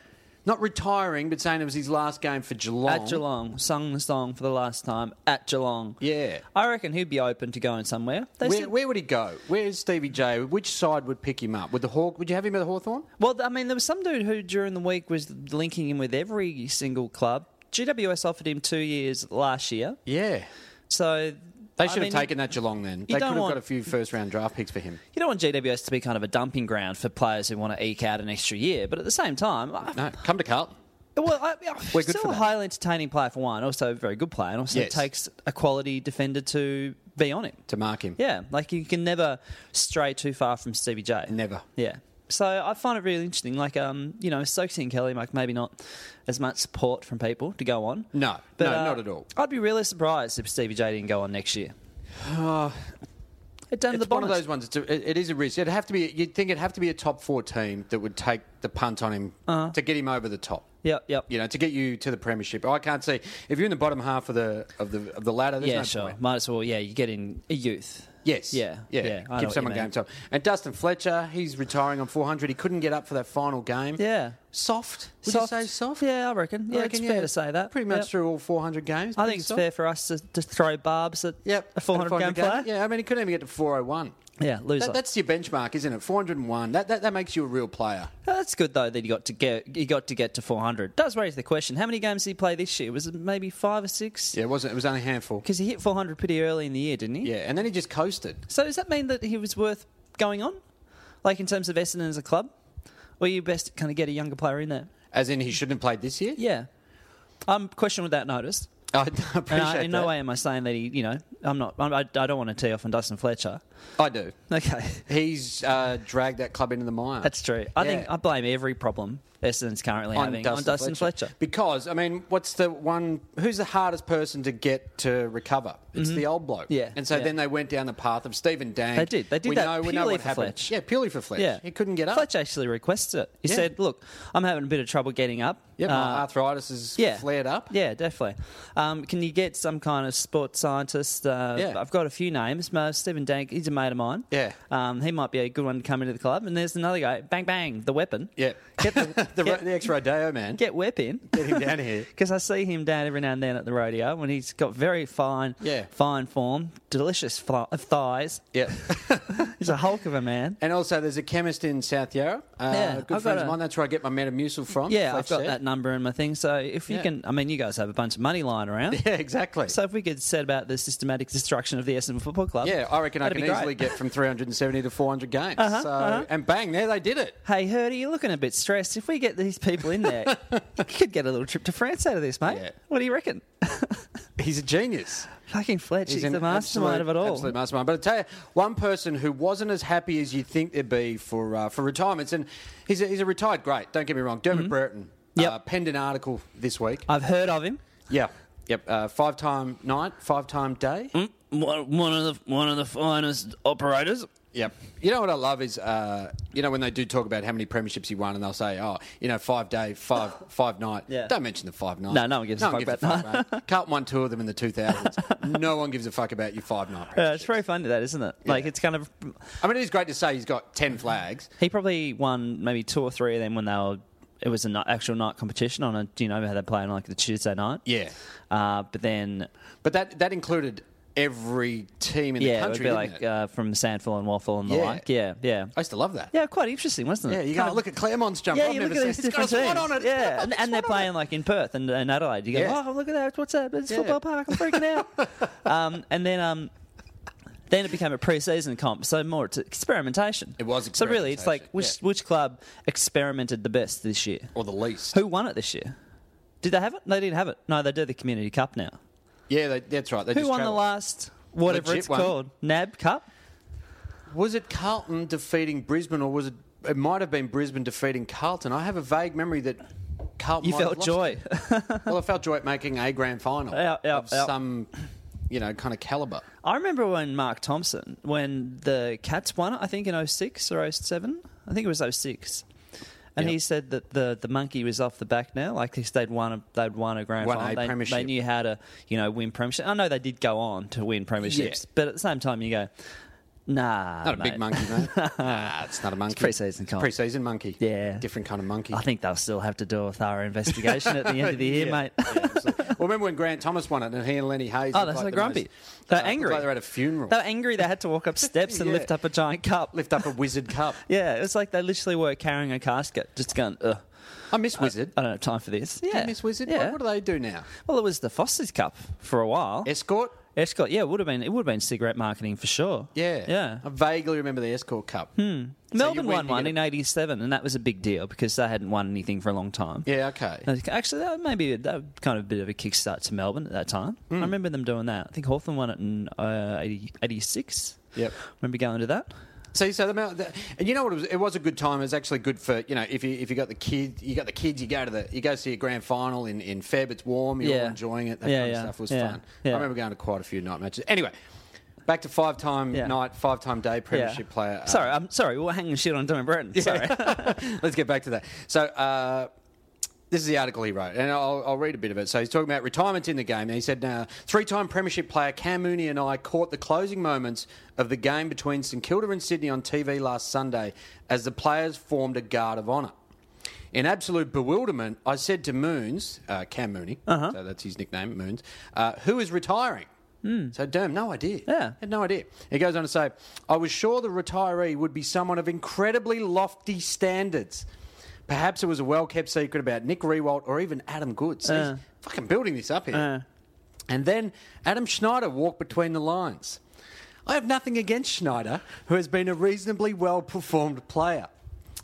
S2: Not retiring, but saying it was his last game for Geelong.
S1: At Geelong, sung the song for the last time at Geelong.
S2: Yeah.
S1: I reckon he'd be open to going somewhere. They
S2: Where,
S1: said-
S2: where would he go? Where's Stevie J? Which side would pick him up? Would the Hawk? Would you have him at Hawthorn?
S1: Well, I mean, there was some dude who during the week was linking him with every single club. GWS offered him two years last year,
S2: Yeah,
S1: so
S2: they
S1: I
S2: should
S1: mean,
S2: have taken that Geelong then.
S1: don't
S2: They could have
S1: want-
S2: got a few first round draft picks for him.
S1: You don't want GWS to be kind of a dumping ground for players who want to eke out an extra year, but at the same time, I-
S2: No, come to Carlton.
S1: Well, I, I-
S2: We're good for
S1: still a
S2: that.
S1: highly entertaining player for one, also a very good player, and also
S2: Yes.
S1: takes a quality defender to be on him.
S2: to mark him.
S1: Yeah, like you can never stray too far from Stevie J.
S2: Never.
S1: Yeah. So I find it really interesting. Like, um, you know, Stokesy and Kelly, like maybe not as much support from people to go on. uh,
S2: No, no, not at all.
S1: I'd be really surprised if Stevie J didn't go on next year. it done to
S2: Uh, It's
S1: the
S2: one of
S1: Bombers.
S2: those ones. It's a, it, it is a risk. It'd have to be. You'd think it'd have to be a top four team that would take the punt on him
S1: Uh-huh.
S2: to get him over the top.
S1: Yep, yep.
S2: You know, to get you to the premiership. I can't see if you're in the bottom half of the of the of the ladder. There's
S1: yeah,
S2: no
S1: sure.
S2: Point.
S1: Might as well. Yeah, you get in a youth.
S2: Yes.
S1: Yeah, yeah, I
S2: Yeah.
S1: know what you
S2: Give someone
S1: mean.
S2: game time. And Dustin Fletcher, he's retiring on 400. He couldn't get up for that final game.
S1: Yeah.
S2: Soft. Would you say soft?
S1: Yeah, I reckon.
S2: I
S1: Yeah,
S2: reckon,
S1: it's fair to say that.
S2: Pretty much
S1: Yep.
S2: through all 400 games.
S1: I
S2: pretty
S1: think it's
S2: soft.
S1: fair for us to, to throw barbs at
S2: Yep.
S1: a 400 game player.
S2: Yeah, I mean, he couldn't even get to 401.
S1: yeah loser.
S2: That, that's your benchmark, isn't it? 401. That, that that makes you a real player.
S1: Oh, That's good though that he got to get he got to get to 400. Does raise the question: How many games did he play this year? Was it maybe five or six?
S2: Yeah, it wasn't. It was only a handful.
S1: Because he hit 400 pretty early in the year, didn't he?
S2: Yeah, and then he just coasted.
S1: So does that mean that he was worth going on, like in terms of Essendon as a club? Or you best kind of get a younger player in there?
S2: As in, he shouldn't have played this year.
S1: Yeah, I'm questioning without notice.
S2: I appreciate
S1: And I, in
S2: that.
S1: no way am I saying that he, you know, I'm not. I'm, I, I don't want to tee off on Dustin Fletcher.
S2: I do.
S1: Okay,
S2: He's uh, dragged that club into the mire.
S1: that's true. I think
S2: Yeah.
S1: I blame every problem Essendon's currently having on Dustin Fletcher.
S2: Because I mean, what's the one? Who's the hardest person to get to recover? It's the old bloke.
S1: Mm-hmm. Yeah,
S2: and so
S1: yeah.
S2: then they went down the path of Stephen Dang.
S1: They did. They did
S2: we
S1: that
S2: know, we know
S1: purely
S2: what
S1: for
S2: happened.
S1: Fletch.
S2: Yeah, purely for Fletch.
S1: Yeah.
S2: He couldn't get up.
S1: Fletch actually requested it. He
S2: Yeah.
S1: said, "Look, I'm having a bit of trouble getting up.
S2: Yeah,
S1: Uh,
S2: my arthritis has
S1: yeah.
S2: flared up.
S1: Yeah, definitely. Um, can you get some kind of sports scientist? Uh,
S2: Yeah.
S1: I've got a few names. Uh, Stephen Dank, he's a mate of mine.
S2: Yeah.
S1: Um, he might be a good one to come into the club. And there's another guy, Bang Bang, the weapon.
S2: Yeah,
S1: Get the,
S2: the,
S1: get,
S2: the ex rodeo man.
S1: get weapon.
S2: Get him down here.
S1: Because I see him down every now and then at the rodeo when he's got very fine,
S2: Yeah.
S1: fine form, delicious fl- of thighs.
S2: Yeah.
S1: He's a hulk of a man.
S2: And also, there's a chemist in South Yarra. Uh,
S1: Yeah,
S2: good
S1: I've
S2: friends
S1: got
S2: of
S1: a-
S2: mine. That's where I get my Metamucil from.
S1: Yeah,
S2: Fletch
S1: I've got
S2: said.
S1: that number in my thing. So if you
S2: Yeah.
S1: can, I mean, you guys have a bunch of money lying around.
S2: Yeah, exactly.
S1: So if we could set about the systematic destruction of the Essendon Football Club,
S2: yeah, I reckon I
S1: that'd
S2: can
S1: be great. Uh-huh,
S2: easily get from 370 to 400 games. so, And bang, there they did it.
S1: Hey, Herdy, you're looking a bit stressed. If we get these people in there, you could get a little trip to France out of this, mate.
S2: Yeah.
S1: What do you reckon?
S2: He's a genius.
S1: Fucking Fletch, he's,
S2: an
S1: the mastermind
S2: absolute-
S1: of it all.
S2: Absolute mastermind. But I tell you, one person who wasn't as happy as you think they'd be for uh, for retirements, and he's a, he's a retired great. Don't get me wrong, Dermot Burton.
S1: Mm-hmm. Yep.
S2: Uh, penned an article this week.
S1: I've heard of him.
S2: yeah. Yep. Uh, five time night, five time day.
S1: Mm, One one of the one of the finest operators.
S2: Yep. You know what I love is, uh, you know, when they do talk about how many premierships he won, and they'll say, "Oh, you know, five day, five five night."
S1: Yeah.
S2: Don't mention the five night.
S1: No, no one gives a fuck about
S2: fuck about. Carlton won two of them in the two thousands. no one gives a fuck about your five night.
S1: Yeah, it's very funny that, isn't it? Like
S2: Yeah.
S1: it's kind of
S2: I mean, it is great to say he's got ten flags.
S1: he probably won maybe two or three of them when they were. It was an actual night competition on a. Do you know how they play on like the Tuesday night?
S2: Yeah.
S1: Uh, but then
S2: But that that included every team in
S1: yeah,
S2: the country.
S1: it would be
S2: didn't
S1: like
S2: it?
S1: Uh, from Sandful and Waffle and the
S2: Yeah.
S1: like. Yeah, yeah,
S2: I used to love that.
S1: yeah. Quite interesting, wasn't it?
S2: Yeah, you
S1: Kind
S2: go
S1: of-
S2: look at Claremont's jump.
S1: Yeah,
S2: I've
S1: you
S2: never
S1: look at these
S2: seen it.
S1: different
S2: it's got a
S1: teams.
S2: swan on it.
S1: Yeah, and, and they're playing like in Perth and, and Adelaide. You go,
S2: Yeah.
S1: oh, look at that! What's that? It's
S2: Yeah.
S1: football park. I'm freaking out. um, and then, um, then it became a pre-season comp. So more it's experimentation.
S2: It was
S1: So really, it's like
S2: experimentation,
S1: which
S2: yeah.
S1: which club experimented the best this year?
S2: Or the least.
S1: Who won it this year? Did they have it? They didn't have it. No, they do the Community Cup now.
S2: Yeah, they, that's right. They
S1: Who
S2: just
S1: won the
S2: travelled.
S1: last whatever
S2: Legit
S1: it's
S2: one.
S1: called NAB Cup?
S2: Was it Carlton defeating Brisbane, or was it? It might have been Brisbane defeating Carlton. I have a vague memory that Carlton.
S1: You
S2: might
S1: felt
S2: have lost
S1: joy.
S2: it. well, I felt joy at making a grand final
S1: Yeah, yeah,
S2: of
S1: yeah.
S2: some, you know, kind of caliber.
S1: I remember when Mark Thompson, when the Cats won it, I think in 06 or 07. I think it was 06. And
S2: Yep.
S1: he said that the, the monkey was off the back now. Like this, they'd won a they'd won a grand
S2: Won
S1: final.
S2: a
S1: they,
S2: premiership.
S1: they knew how to you know win premiership. I know they did go on to win premierships,
S2: Yeah.
S1: but at the same time you go, nah,
S2: Not a
S1: mate.
S2: big monkey, mate. nah, it's not a monkey.
S1: pre-season comp.
S2: Pre-season monkey.
S1: Yeah.
S2: different kind of monkey.
S1: I think they'll still have to do a thorough investigation at the end of the year,
S2: Yeah.
S1: mate.
S2: Yeah, absolutely. well, remember when Grant Thomas won it, and he and Lenny Hayes.
S1: Oh,
S2: looked
S1: they're Oh, so
S2: like the
S1: grumpy.
S2: most-
S1: They're
S2: uh, looked
S1: angry.
S2: Like they're at a funeral.
S1: they were angry. They had to walk up steps and
S2: Yeah.
S1: lift up a giant cup.
S2: Lift up a wizard cup.
S1: Yeah, it was like they literally were carrying a casket, just going, Ugh,
S2: I miss wizard.
S1: I don't have time for this. Uh, Yeah,
S2: I miss wizard.
S1: Yeah.
S2: What, what do they do now?
S1: Well, it was the Foster's Cup for a while.
S2: Escort.
S1: Escort, yeah, it would have been it would have been cigarette marketing for sure.
S2: Yeah.
S1: yeah. Hmm.
S2: I vaguely remember the Escort Cup. So you
S1: Melbourne
S2: win,
S1: won
S2: you
S1: one
S2: get
S1: in '87, and that was a big deal because they hadn't won anything for a long time.
S2: a- Yeah, okay.
S1: And I think- Actually, that maybe that was kind of a bit of a kickstart to Melbourne at that time.
S2: Hmm.
S1: I remember them doing that. I think Hawthorn won it in uh, 80, 86.
S2: Yep.
S1: Remember going to that?
S2: See, so the, amount- the and you know what it was? It was a good time. It was actually good for you know if you if you got the kid, you got the kids, you go to the you go see a grand final in in Feb. It's warm, you're
S1: Yeah.
S2: all enjoying it. That
S1: Yeah,
S2: kind of
S1: yeah,
S2: stuff was
S1: yeah,
S2: fun.
S1: yeah.
S2: I remember going to quite a few night matches. Anyway, back to five time
S1: Yeah.
S2: night, five time day premiership player. uh,
S1: sorry, I'm sorry. We're hanging shit on Dylan Breton. Sorry.
S2: Let's get back to that. So, uh, this is the article he wrote, and I'll, I'll read a bit of it. So, he's talking about retirement's in the game, and he said, uh, three time Premiership player Cam Mooney and I caught the closing moments of the game between St Kilda and Sydney on TV last Sunday as the players formed a guard of honour. In absolute bewilderment, I said to Moons, uh, Cam Mooney, so that's his nickname, Moons, uh, who is retiring? So, damn, no idea.
S1: Hmm. Yeah.
S2: Had no idea. He goes on to say, I was sure the retiree would be someone of incredibly lofty standards. Perhaps it was a well kept secret about Nick Rewalt or even Adam Goods.
S1: Uh.
S2: He's fucking building this up here. And then Adam Schneider walked between the lines. I have nothing against Schneider, who has been a reasonably well performed player.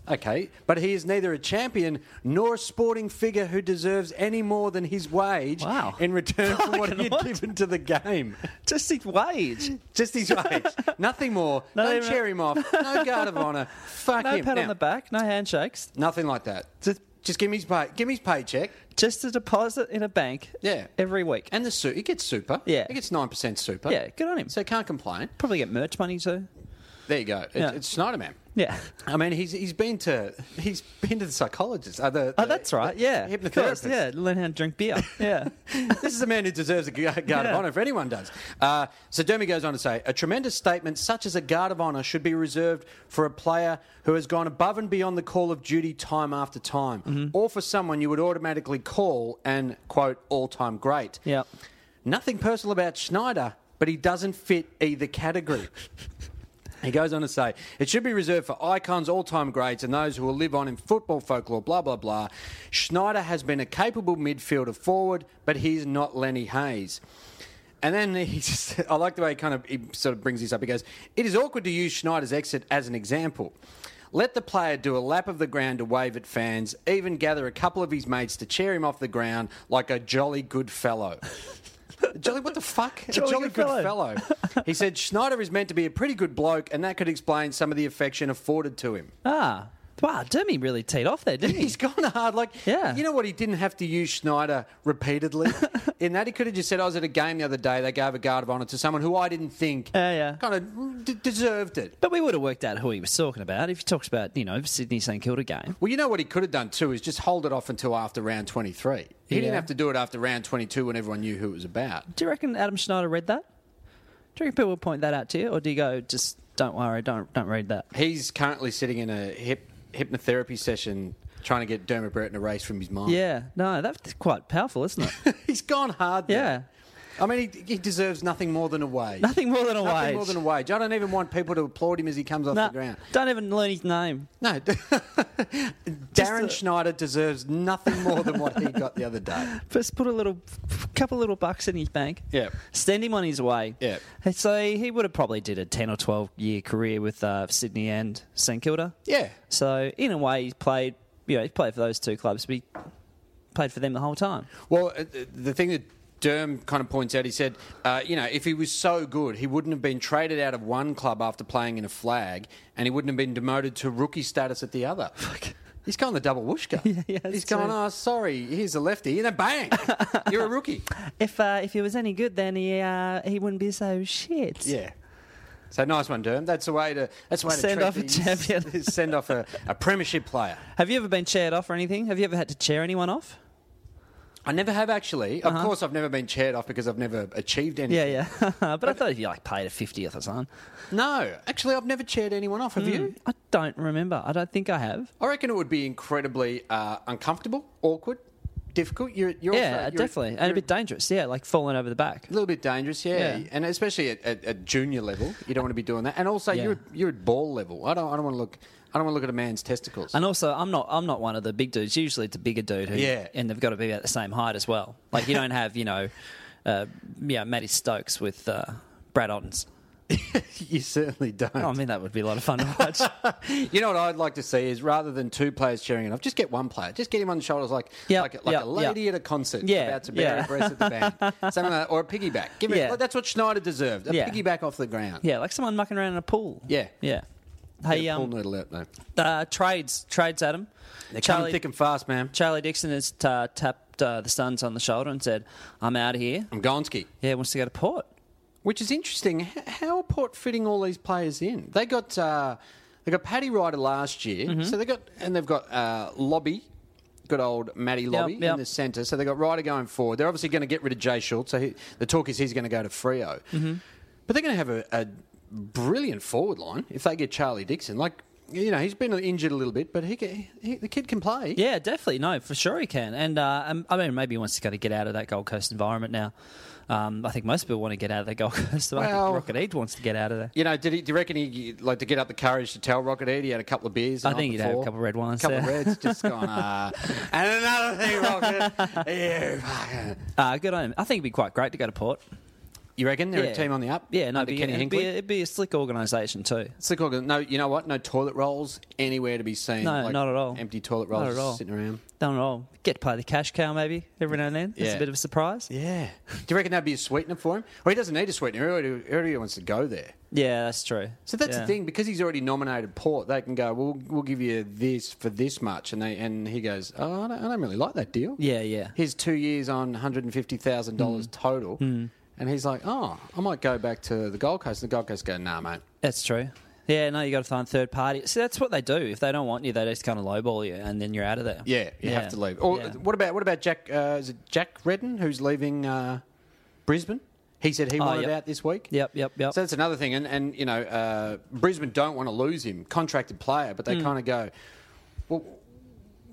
S2: Okay, but he is neither a champion nor a sporting figure who deserves any more than his wage
S1: Wow.
S2: in return for what he had
S1: what?
S2: given to the game.
S1: Just his wage.
S2: Just his wage. Nothing more.
S1: Not
S2: Don't
S1: even a-
S2: cheer him off. No guard of honour. Fuck
S1: No
S2: him.
S1: pat
S2: Now,
S1: on the back. No handshakes.
S2: Nothing like that.
S1: Just-
S2: Just, give me his pay. Give me his paycheck.
S1: Just a deposit in a bank.
S2: Yeah.
S1: Every week.
S2: And the suit. He gets super.
S1: Yeah.
S2: He gets nine percent super.
S1: Yeah, good on him.
S2: So can't complain.
S1: Probably get merch money too.
S2: There you go. It,
S1: Yeah.
S2: It's Schneiderman.
S1: Yeah.
S2: I mean, he's he's been to he's been to the psychologist. Uh, the,
S1: Oh,
S2: the-
S1: that's right.
S2: the
S1: Yeah. Of course,
S2: Hypnotherapist.
S1: Yeah. Learn how to drink beer. Yeah.
S2: this is a man who deserves a gu- guard of
S1: Yeah.
S2: honour if anyone does. Uh, so Dermy goes on to say a tremendous statement such as a guard of honour should be reserved for a player who has gone above and beyond the call of duty time after time, or for someone you would automatically call an quote all time great.
S1: Yep.
S2: Nothing personal about Schneider, but he doesn't fit either category. He goes on to say, it should be reserved for icons, all time greats, and those who will live on in football folklore, blah, blah, blah. Schneider has been a capable midfielder forward, but he's not Lenny Hayes. And then he just, I like the way he kind of he sort of brings this up. He goes, it is awkward to use Schneider's exit as an example. Let the player do a lap of the ground to wave at fans, even gather a couple of his mates to cheer him off the ground like a jolly good fellow. Jolly, what the fuck?
S1: Jolly
S2: a jolly
S1: good
S2: good,
S1: fellow.
S2: fellow. he said Schneider is meant to be a pretty good bloke, and that could explain some of the affection afforded to him.
S1: Ah. Wow. Demi really teed off there, didn't he?
S2: He's gone hard. Like,
S1: Yeah.
S2: you know what? He didn't have to use Schneider repeatedly. In that, he could have just said, I was at a game the other day. They gave a guard of honour to someone who I didn't think
S1: Yeah, yeah.
S2: kind of d- deserved it.
S1: But we would have worked out who he was talking about if he talks about, you know, Sydney St Kilda game.
S2: Well, you know what he could have done too is just hold it off until after round 23. He
S1: Yeah.
S2: didn't have to do it after round 22 when everyone knew who it was about.
S1: Do you reckon Adam Schneider read that? Do you reckon people would point that out to you, or do you go just don't worry, don't don't read that?
S2: He's currently sitting in a hip, hypnotherapy session trying to get Dermot Brereton erased from his mind.
S1: Yeah, no, that's quite powerful, isn't it?
S2: He's gone hard there. I mean, he, he deserves nothing more than a wage.
S1: Nothing more than a
S2: Nothing
S1: wage.
S2: more than a wage. I don't even want people to applaud him as he comes off
S1: No,
S2: the ground.
S1: don't even learn his name.
S2: No. Darren Schneider deserves nothing more than what he got the other day.
S1: Just put a little, couple little bucks in his bank.
S2: Yeah.
S1: send him on his way.
S2: Yeah.
S1: And so he would have probably did a ten or twelve year career with uh, Sydney and St Kilda.
S2: Yeah.
S1: So in a way, he's played. You know, he played for those two clubs, but he played for them the whole time.
S2: Well, uh, th- the thing that Derm kind of points out, he said, uh, you know, if he was so good, he wouldn't have been traded out of one club after playing in a flag, and he wouldn't have been demoted to rookie status at the other. He's gone the double whooshka.
S1: yeah, that's
S2: He's gone,
S1: true.
S2: oh, sorry, here's a lefty, and then bang, you're a rookie.
S1: If uh, if he was any good, then he uh, he wouldn't be so shit.
S2: Yeah. So nice one, Derm. That's the way to that's the way
S1: Send
S2: to
S1: off a
S2: treat these-
S1: champion.
S2: send off a, a premiership player.
S1: Have you ever been chaired off or anything? Have you ever had to chair anyone off?
S2: I never have actually. Of course, I've never been chaired off because I've never achieved anything.
S1: Uh-huh. Yeah, yeah. but, I thought if you like paid a fiftieth or something.
S2: No, actually, I've never chaired anyone off. Have you?
S1: I don't remember. I don't think I have.
S2: I reckon it would be incredibly uh, uncomfortable, awkward, difficult. You're, you're
S1: yeah,
S2: also- you're-
S1: definitely, and a
S2: you're
S1: bit dangerous. Yeah, like falling over the back.
S2: a little bit dangerous, yeah,
S1: Yeah.
S2: and especially at, at, at junior level, you don't want to be doing that. And also,
S1: Yeah.
S2: you're you're at ball level. I don't I don't want to look. I don't want to look at a man's testicles.
S1: And also, I'm not I'm not one of the big dudes. Usually, it's a bigger dude who,
S2: Yeah.
S1: and they've got to be about the same height as well. Like you don't have you know. uh, yeah, Matty Stokes with uh, Brad Ottens.
S2: You certainly don't.
S1: Oh, I mean, that would be a lot of fun to watch.
S2: you know what I'd like to see is rather than two players cheering it off, just get one player. Just get him on the shoulders like
S1: Yep,
S2: like, like
S1: yep,
S2: a lady
S1: yep.
S2: at a concert
S1: Yeah,
S2: about to bury
S1: yeah.
S2: her breast at the band. Something like that, or a piggyback. Give him,
S1: Yeah.
S2: well, that's what Schneider deserved, a
S1: Yeah.
S2: piggyback off the ground.
S1: yeah, like someone mucking around in a pool.
S2: Yeah.
S1: Yeah.
S2: Get
S1: Hey,
S2: a pool
S1: um,
S2: noodle out, though.
S1: uh, trades, trades, Adam.
S2: They're coming thick and fast, man.
S1: Charlie Dixon has ta tapped uh, the Suns on the shoulder and said, "I'm out of here."
S2: I'm Gonski.
S1: Yeah, wants to go to Port.
S2: Which is interesting. H- How are Port fitting all these players in? They got uh, they got Paddy Ryder last year,
S1: Mm-hmm.
S2: so they got and they've got uh, Lobby, good old Matty Lobby
S1: yep.
S2: in the centre. So they got Ryder going forward. They're obviously going to get rid of Jay Schultz. So he, the talk is he's going to go to Frio,
S1: Mm-hmm.
S2: but they're going to have a, a brilliant forward line if they get Charlie Dixon. Like you know, he's been injured a little bit, but he, can, he the kid can play.
S1: Yeah, definitely. No, for sure he can. And uh, um, I mean, maybe he wants to kind of get out of that Gold Coast environment now. Um, I think most people want to get out of that Gold Coast. I
S2: Well-
S1: think Rocket Eid wants to get out of there.
S2: You know, did he? Do you reckon he like to get up the courage to tell Rocket Eddie he had a couple of beers? the
S1: I
S2: night
S1: think he'd have a
S2: before?
S1: couple of red wines,
S2: couple of
S1: yeah.
S2: reds, just gone. Ah. and another thing, Rocket. you, fucking-
S1: Uh, good on him. I think it'd be quite great to go to Port.
S2: you reckon they're
S1: Yeah.
S2: a team on the up?
S1: Yeah, no,
S2: under
S1: it'd be,
S2: Kenny
S1: it'd, be a,
S2: Hinkley.
S1: it'd be a slick organisation too.
S2: Slick organ- No, you know what? No toilet rolls anywhere to be seen.
S1: No,
S2: Like,
S1: not at all.
S2: Empty toilet
S1: Not
S2: rolls
S1: at all.
S2: sitting around.
S1: Don't know. Get to play the cash cow maybe every now and then. That's
S2: Yeah.
S1: a bit of a surprise.
S2: Yeah. Do you reckon that'd be a sweetener for him? Well, he doesn't need a sweetener. He already, he already wants to go there.
S1: Yeah, that's true.
S2: So that's
S1: Yeah.
S2: the thing because he's already nominated Port. They can go. We'll we'll give you this for this much, and they and he goes. Oh, I don't, I don't really like that deal.
S1: Yeah, yeah. Hmm.
S2: Here's two years on one hundred and fifty thousand dollars total, and he's like, oh, I might go back to the Gold Coast. And the Gold Coast go, nah, mate.
S1: That's true. Yeah, no, you got to find third party. See, that's what they do. If they don't want you, they just kind of lowball you, and then you're out of there.
S2: Yeah, you have to leave. Or
S1: Yeah.
S2: what about what about Jack? Uh, is it Jack Redden who's leaving uh, Brisbane? He said he
S1: Oh,
S2: wanted
S1: yep.
S2: out this week.
S1: Yep, yep, yep.
S2: So that's another thing, and and you know, uh, Brisbane don't want to lose him, contracted player, but they
S1: Hmm.
S2: kind of go, well,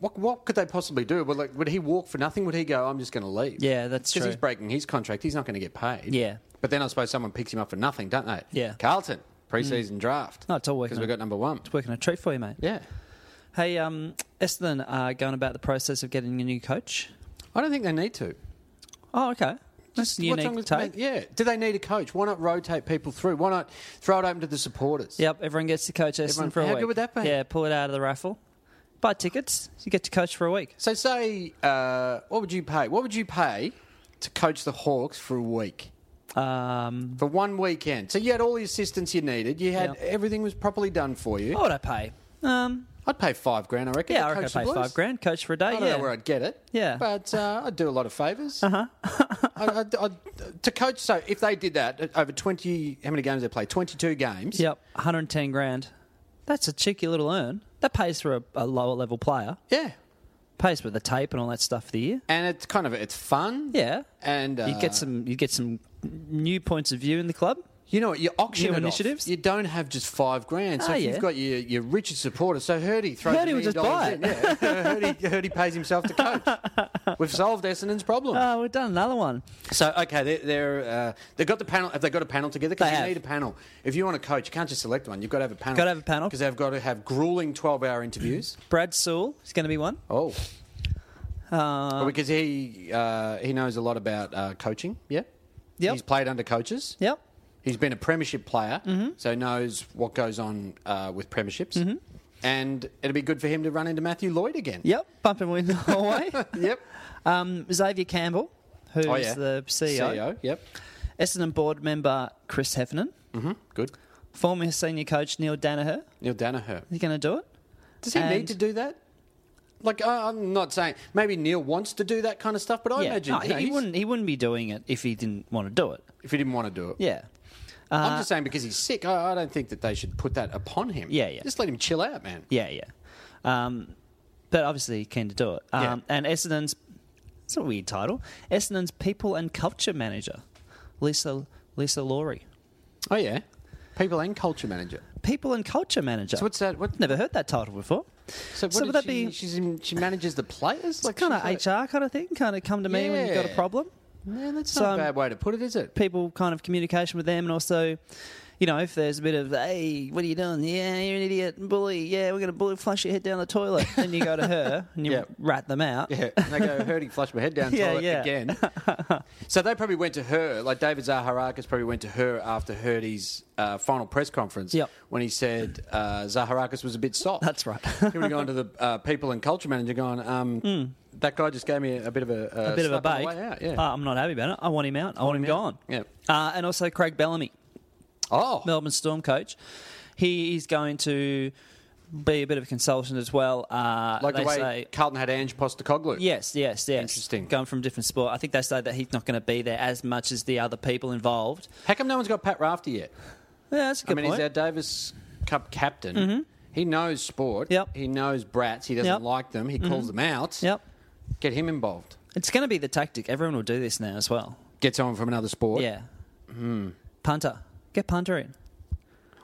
S2: what what could they possibly do? Well, like, would he walk for nothing? Would he go? I'm just going to leave.
S1: Yeah, that's
S2: because
S1: true.
S2: he's breaking his contract. He's not going to get paid.
S1: Yeah.
S2: But then I suppose someone picks him up for nothing, don't they?
S1: Yeah.
S2: Carlton preseason draft.
S1: No, it's all working
S2: because we
S1: on-
S2: got number one.
S1: It's working a treat for you, mate.
S2: Yeah.
S1: Hey, um, Essendon are going about the process of getting a new coach.
S2: I don't think they need to.
S1: Oh, okay. That's
S2: Just
S1: a
S2: what's wrong
S1: unique
S2: with-
S1: take.
S2: Yeah. Do they need a coach? Why not rotate people through? Why not throw it open to the supporters?
S1: Yep, everyone gets to coach Essendon
S2: Everyone-
S1: for a
S2: how
S1: week.
S2: good would that be?
S1: Yeah, pull it out of the raffle. Buy tickets. You get to coach for a week.
S2: So say, uh, what would you pay? What would you pay to coach the Hawks for a week?
S1: Um,
S2: For one weekend. So you had all the assistance you needed. You had
S1: Yeah.
S2: everything was properly done for you.
S1: what would I pay? Um,
S2: I'd pay five grand, I reckon.
S1: yeah,
S2: to
S1: I reckon I
S2: coach the
S1: pay
S2: Blues.
S1: five grand. Coach for a day.
S2: I don't
S1: yeah.
S2: know where I'd get it.
S1: Yeah.
S2: But uh, I'd do a lot of favours. Uh-huh. I, I'd- I'd- to coach, so if they did that, uh, over 20, how many games they play? 22 games.
S1: Yep, 110 grand. That's a cheeky little earn. That pays for a, a lower level player.
S2: Yeah.
S1: Pays for the tape and all that stuff for the year.
S2: And it's kind of, it's fun.
S1: Yeah,
S2: And uh,
S1: you get some you get some new points of view in the club.
S2: You know what? You auction
S1: New
S2: it off.
S1: initiatives?
S2: You don't have just five grand. So
S1: Ah,
S2: if
S1: yeah.
S2: you've got your, your richest supporter, so Hurdy throws
S1: Hurdy
S2: a
S1: will
S2: million
S1: just
S2: dollars
S1: buy
S2: in. Yeah. Hurdy, Hurdy pays himself to coach. We've solved Essendon's problem.
S1: Oh, we've done another one.
S2: so okay, they're, they're uh, they've got the panel. Have they got a panel together?
S1: They
S2: Because you
S1: have.
S2: need a panel. If you want to coach, you can't just select one. You've got to have a panel.
S1: Gotta have a panel.
S2: because they've got to have grueling twelve-hour interviews.
S1: Brad Sewell is going to be one.
S2: oh,
S1: Uh,
S2: Well, because he uh, he knows a lot about uh, coaching. Yeah,
S1: Yep.
S2: He's played under coaches.
S1: Yep.
S2: He's been a premiership player, so knows what goes on uh, with premierships. And it'd be good for him to run into Matthew Lloyd again.
S1: Yep. Bump and win the hallway.
S2: Yep.
S1: um, Xavier Campbell, who's
S2: oh yeah.
S1: the E CEO.
S2: CEO. Yep.
S1: Essendon board member Chris Heffernan.
S2: Mm-hmm. Good.
S1: Former senior coach Neil Danaher.
S2: Neil Danaher.
S1: He's going to do it.
S2: Does he
S1: And-
S2: need to do that? Like I, I'm not saying maybe Neil wants to do that kind of stuff, but I
S1: Yeah.
S2: imagine
S1: No,
S2: you know,
S1: he, he
S2: he's-
S1: wouldn't. He wouldn't be doing it if he didn't want to do it.
S2: if he didn't want to do it.
S1: Yeah. Uh,
S2: I'm just saying because he's sick. I, I don't think that they should put that upon him.
S1: Yeah, yeah.
S2: Just let him chill out, man.
S1: Yeah, yeah. Um, but obviously keen to do it. Um, And Essendon's, it's a weird title, Essendon's People and Culture Manager, Lisa, Lisa Laurie.
S2: Oh yeah. People and culture manager.
S1: People and Culture Manager.
S2: So what's that? What
S1: Never heard that title before.
S2: So, what
S1: So
S2: did
S1: would that
S2: she,
S1: be-
S2: She's in, she manages the players.
S1: It's kind of
S2: she's
S1: HR kind of thing, kind of come to me when you've got a
S2: Yeah.
S1: problem.
S2: Yeah, that's
S1: So,
S2: not a
S1: um,
S2: bad way to put it, is it?
S1: People kind of communication with them and also you know, if there's a bit of, hey, what are you doing? Yeah, you're an idiot, bully. Yeah, we're going to bully, flush your head down the toilet. then you go to her and you
S2: Yeah.
S1: rat them out.
S2: Yeah, and they go hurting, flush my head down the
S1: Yeah,
S2: toilet
S1: yeah.
S2: again. so they probably went to her, like David Zaharakis probably went to her after Hurdy's uh, final press conference
S1: Yep.
S2: when he said uh, Zaharakis was a bit soft.
S1: That's right. Hmm.
S2: he would have gone to the uh, people and culture manager, going, um, "That guy just gave me a, a bit of a, uh,
S1: a bit of a
S2: slap on
S1: bake.
S2: the way out." Yeah.
S1: Uh, I'm not happy about it. I want him out. I want, him, gone.
S2: Yeah.
S1: Uh, and also Craig Bellamy,
S2: oh,
S1: Melbourne Storm coach. He is going to be a bit of a consultant as well. Uh,
S2: like
S1: they
S2: the way
S1: say,
S2: Carlton had Ange Postacoglu.
S1: Yes, yes, yes.
S2: Interesting.
S1: Going from different sport. I think they say that he's not going to be there as much as the other people involved.
S2: How come no one's got Pat Rafter yet?
S1: Yeah, that's a good
S2: I mean,
S1: point. Mm-hmm.
S2: he's our Davis Cup captain. He knows sport.
S1: Yep.
S2: He knows brats. He doesn't
S1: Yep. Mm-hmm.
S2: like them. He calls them out.
S1: Yep.
S2: Get him involved.
S1: It's going to be the tactic. Everyone will do this now as well.
S2: Get someone from another sport.
S1: Yeah.
S2: Hmm.
S1: Punter. Get punter in.